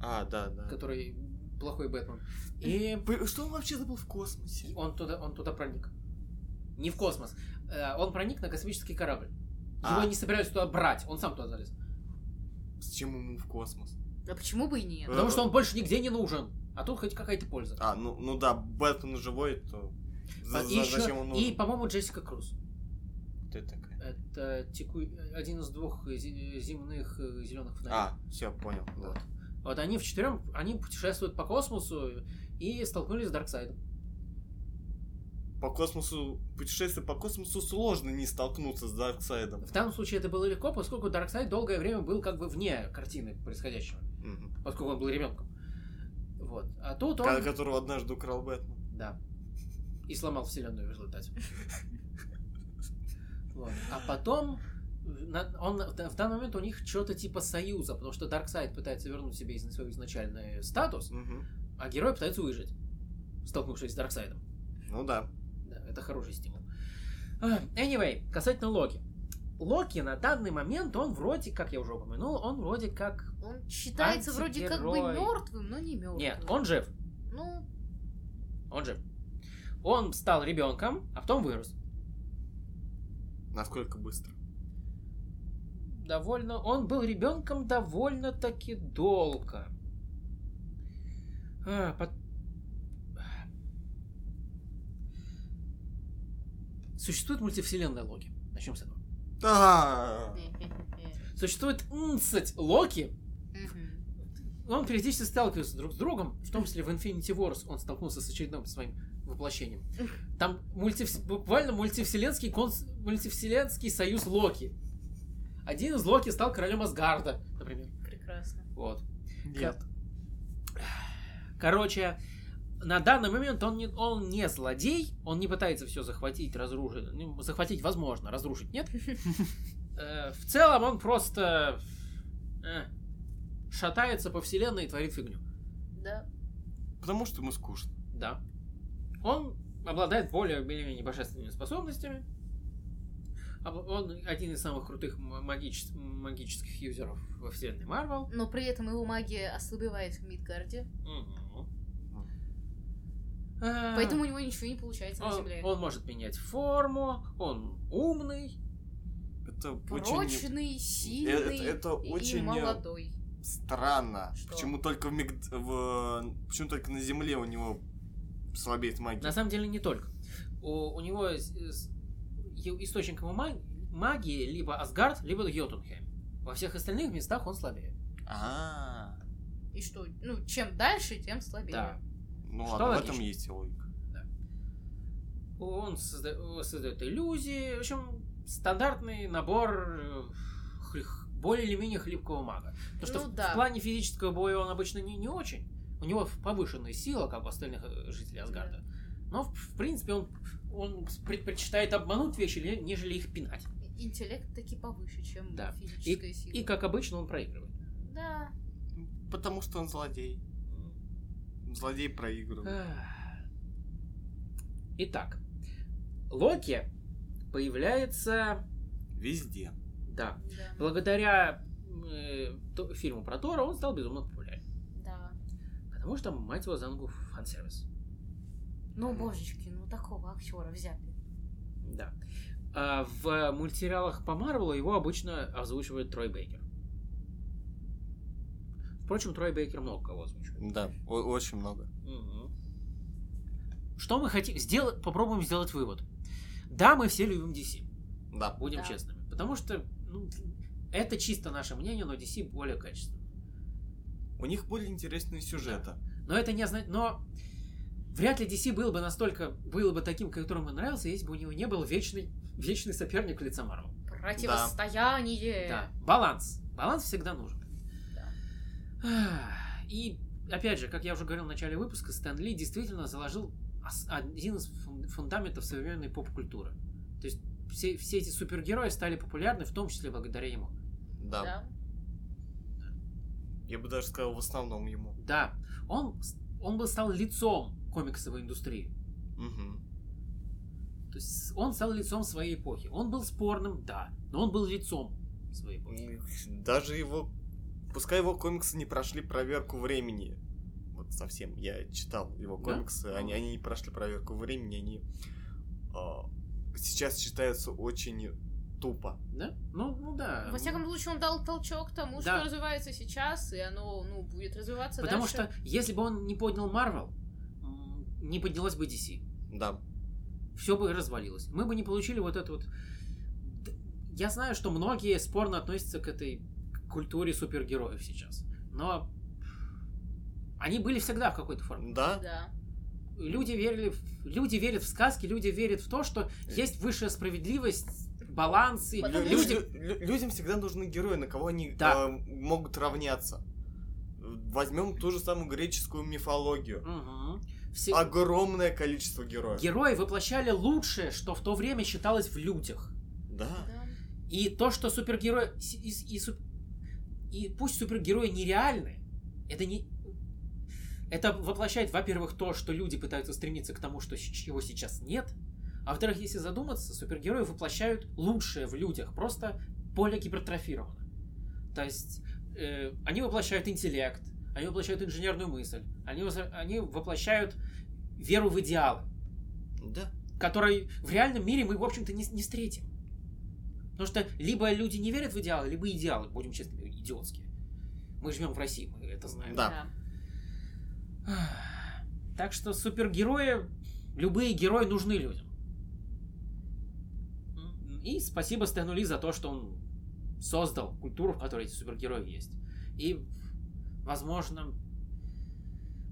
Speaker 3: А, да, да.
Speaker 2: который плохой Бэтмен. И
Speaker 3: П- Что он вообще забыл в космосе?
Speaker 2: он туда, он туда проник. Не в космос. Э, Он проник на космический корабль.
Speaker 3: А.
Speaker 2: Его не собираются туда брать, он сам туда залез.
Speaker 3: Зачем ему в космос?
Speaker 4: Да А почему бы и нет?
Speaker 3: Э.
Speaker 2: Потому что он больше нигде не нужен. А тут хоть какая-то польза.
Speaker 3: А, ну, ну да, Бэтмен живой, то... за-
Speaker 2: А, и,
Speaker 3: за-
Speaker 2: ещё-
Speaker 3: зачем он нужен?
Speaker 2: и, по-моему, Джессика Круз.
Speaker 3: Ты такая.
Speaker 2: Это теку- один из двух зи- земных зеленых фонарей.
Speaker 3: А, все, понял. да.
Speaker 2: Вот. Вот они вчетвером, они путешествуют по космосу и столкнулись с Дарксайдом.
Speaker 3: По космосу, путешествие по космосу сложно не столкнуться с Дарксайдом.
Speaker 2: В данном случае это было легко, поскольку Дарксайд долгое время был как бы вне картины происходящего,
Speaker 3: Мгм.
Speaker 2: поскольку он был ребенком. Вот. А тут он...
Speaker 3: Ко- Которого однажды украл Бэтмен.
Speaker 2: Да. И сломал вселенную в результате. Вот. А потом на- он, в данный момент у них что-то типа союза, потому что Дарксайд пытается вернуть себе из- свой изначальный статус,
Speaker 3: Мгм.
Speaker 2: а герой пытается выжить, столкнувшись с Дарксайдом.
Speaker 3: Ну да.
Speaker 2: Да, это хороший стимул. А, Anyway, касательно Локи. Локи на данный момент, он вроде, как я уже упомянул, он вроде как...
Speaker 4: Он считается вроде как бы
Speaker 2: Антигерой.
Speaker 4: мертвым, но не мертвым.
Speaker 2: Нет, он жив.
Speaker 4: Ну, (laughs)
Speaker 2: Он жив. Он стал ребенком, а потом вырос.
Speaker 3: Насколько быстро?
Speaker 2: довольно... Он был ребенком довольно-таки долго. А, пот- Существует мультивселенная Локи. Начнем с этого.
Speaker 3: Да.
Speaker 2: Существует 11 Локи,
Speaker 4: мгм.
Speaker 2: он периодически сталкивается друг с другом, в том числе в Infinity Wars он столкнулся с очередным своим воплощением. Там мультивс- буквально мультивселенский, конс- мультивселенский союз Локи. Один из Локи стал королем Асгарда, например.
Speaker 4: прекрасно.
Speaker 2: Вот. Короче, на данный момент он не, он не злодей, он не пытается все захватить, разрушить. Ну, захватить возможно, разрушить нет. Э, В целом он просто э, шатается по вселенной и творит фигню.
Speaker 4: Да.
Speaker 3: Потому что ему скучно.
Speaker 2: Да. Он обладает более или менее божественными способностями. Об- Он один из самых крутых м- магичес- магических юзеров во вселенной Марвел.
Speaker 4: Но при этом его магия ослабевает в Мидгарде.
Speaker 2: Мгм. А,
Speaker 4: Поэтому у него ничего не получается на
Speaker 2: он,
Speaker 4: земле.
Speaker 2: он может менять форму, он умный.
Speaker 3: Это очень
Speaker 4: Прочный, сильный
Speaker 3: это- это
Speaker 4: и
Speaker 3: очень, э,
Speaker 4: молодой.
Speaker 3: странно.
Speaker 4: Что?
Speaker 3: Почему только в, Миг- в- Почему только на земле у него слабеет магия?
Speaker 2: На самом деле не только. У, у него с- с- е- источник его маг- магии либо Асгард, либо Йотунхейм. Во всех остальных местах он слабее.
Speaker 3: А,
Speaker 4: И что? Ну, чем дальше, тем слабее.
Speaker 2: Да.
Speaker 3: ну
Speaker 2: Что
Speaker 3: ладно, в
Speaker 2: логично.
Speaker 3: этом есть и логика.
Speaker 2: Он созда- создает иллюзии. В общем, стандартный набор э, хлих- более или менее хлипкого мага. Потому что
Speaker 4: Ну
Speaker 2: в- в,
Speaker 4: да.
Speaker 2: плане физического боя он обычно не, не очень. У него повышенная сила, как у остальных э, жителей Асгарда. Но, в, в принципе, он, он предпочитает обмануть вещи, ле- нежели их пинать.
Speaker 4: Интеллект таки повыше, чем
Speaker 2: Да.
Speaker 4: физическая сила.
Speaker 2: И, как обычно, он проигрывает.
Speaker 4: Да.
Speaker 3: Потому что он злодей. Злодей проигрывает.
Speaker 2: Ах. Итак, Локи появляется...
Speaker 3: Везде.
Speaker 2: Да,
Speaker 4: Да.
Speaker 2: благодаря э, то- фильму про Тора он стал безумно популярен.
Speaker 4: да.
Speaker 2: Потому что, мать его, за ногу фан-сервис.
Speaker 4: Ну, божечки, ну такого актера взяли.
Speaker 2: Да. А в мультсериалах по Марвелу его обычно озвучивает Трой Бейкер. Впрочем, Трой Бейкер много кого озвучивает.
Speaker 3: Да, о- очень много.
Speaker 2: Мгм. Что мы хотим? Сделать, попробуем сделать вывод. Да, мы все любим DC.
Speaker 3: Да.
Speaker 2: Будем
Speaker 4: Да.
Speaker 2: честными. Потому что ну, это чисто наше мнение, но DC более качественное.
Speaker 3: У них более интересные сюжеты.
Speaker 2: Но это не значит. Но вряд ли DC был бы настолько было бы таким, которому он нравился, если бы у него не был вечный, вечный соперник лица Марвел.
Speaker 4: Противостояние.
Speaker 2: Да. Баланс. Баланс всегда нужен.
Speaker 4: Э. Да.
Speaker 2: И опять же, как я уже говорил в начале выпуска, Стэн Ли действительно заложил ос- один из фун- фундаментов современной поп-культуры. То есть все, все эти супергерои стали популярны, в том числе благодаря ему.
Speaker 3: Да.
Speaker 4: Да.
Speaker 3: Я бы даже сказал, в основном ему.
Speaker 2: Да, он, с- он бы стал лицом комиксовой индустрии.
Speaker 3: Мгм.
Speaker 2: То есть он стал лицом своей эпохи. Он был спорным, да, но он был лицом своей эпохи.
Speaker 3: Даже его... Пускай его комиксы не прошли проверку времени. Вот совсем. Я читал его
Speaker 2: Да?
Speaker 3: комиксы. Они, они не прошли проверку времени. Они а, сейчас считаются очень тупо.
Speaker 2: Да? Ну, ну да.
Speaker 4: Во всяком случае, он дал толчок тому,
Speaker 2: Да.
Speaker 4: что развивается сейчас, и оно, ну, будет развиваться
Speaker 2: Потому
Speaker 4: дальше.
Speaker 2: что если бы он не поднял Марвел, м, не поднялась бы DC.
Speaker 3: Да.
Speaker 2: Все бы развалилось. Мы бы не получили вот это вот... Д- Я знаю, что многие спорно относятся к этой культуре супергероев сейчас. Но они были всегда в какой-то форме.
Speaker 3: Да?
Speaker 4: Да.
Speaker 2: люди верили, в- люди верят в сказки, люди верят в то, что есть высшая справедливость, баланс и
Speaker 4: Потому
Speaker 3: Лю-
Speaker 2: люди.
Speaker 3: лю- лю- людям всегда нужны герои, на кого они
Speaker 2: Да.
Speaker 3: э, могут равняться. Возьмем ту же самую греческую мифологию.
Speaker 2: Мгм. Все-
Speaker 3: А Огромное количество героев.
Speaker 2: Герои воплощали лучшее, что в то время считалось в людях.
Speaker 3: Да.
Speaker 4: Да.
Speaker 2: И то, что супергерои с- и, с- и суп- и пусть супергерои нереальны, это не это воплощает, во-первых, то, что люди пытаются стремиться к тому, что щ- чего сейчас нет, а во-вторых, если задуматься, супергерои воплощают лучшее в людях, просто более гипертрофировано. То есть э, они воплощают интеллект, они воплощают инженерную мысль, они, возра- они воплощают веру в идеалы
Speaker 3: Да.
Speaker 2: которой в реальном мире мы, в общем-то, не, не встретим. Потому что либо люди не верят в идеалы, либо идеалы, будем честными, идиотские. Мы живем в России, мы это знаем.
Speaker 3: Да.
Speaker 2: Так что супергерои, любые герои нужны людям. И спасибо Стэну Ли за то, что он создал культуру, в которой эти супергерои есть. И, возможно...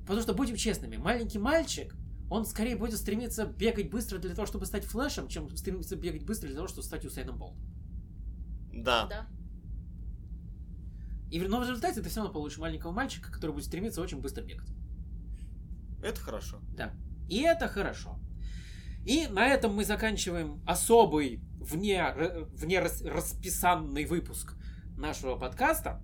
Speaker 2: Потому что, будем честными, маленький мальчик, он скорее будет стремиться бегать быстро для того, чтобы стать Флэшем, чем стремиться бегать быстро для того, чтобы стать Усейном Болтом.
Speaker 3: Да.
Speaker 4: Да.
Speaker 2: И в- но в результате ты все равно получишь маленького мальчика, который будет стремиться очень быстро бегать.
Speaker 3: Это хорошо.
Speaker 2: И это хорошо. И на этом мы заканчиваем особый э, вне, вне расписанный выпуск нашего подкаста.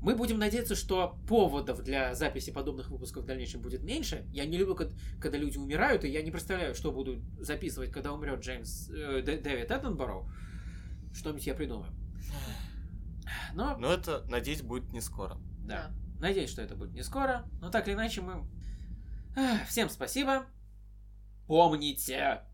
Speaker 2: Мы будем надеяться, что поводов для записи подобных выпусков в дальнейшем будет меньше. Я не люблю, кад- когда люди умирают, и я не представляю, что буду записывать, когда умрет Джеймс э, Дэ- Дэвид Эттенбороу. Что-нибудь я придумаю. Но,
Speaker 3: Но это, надеюсь, будет не скоро.
Speaker 2: да. Надеюсь, что это будет не скоро. Но так или иначе, мы... Ах, Всем спасибо. Помните,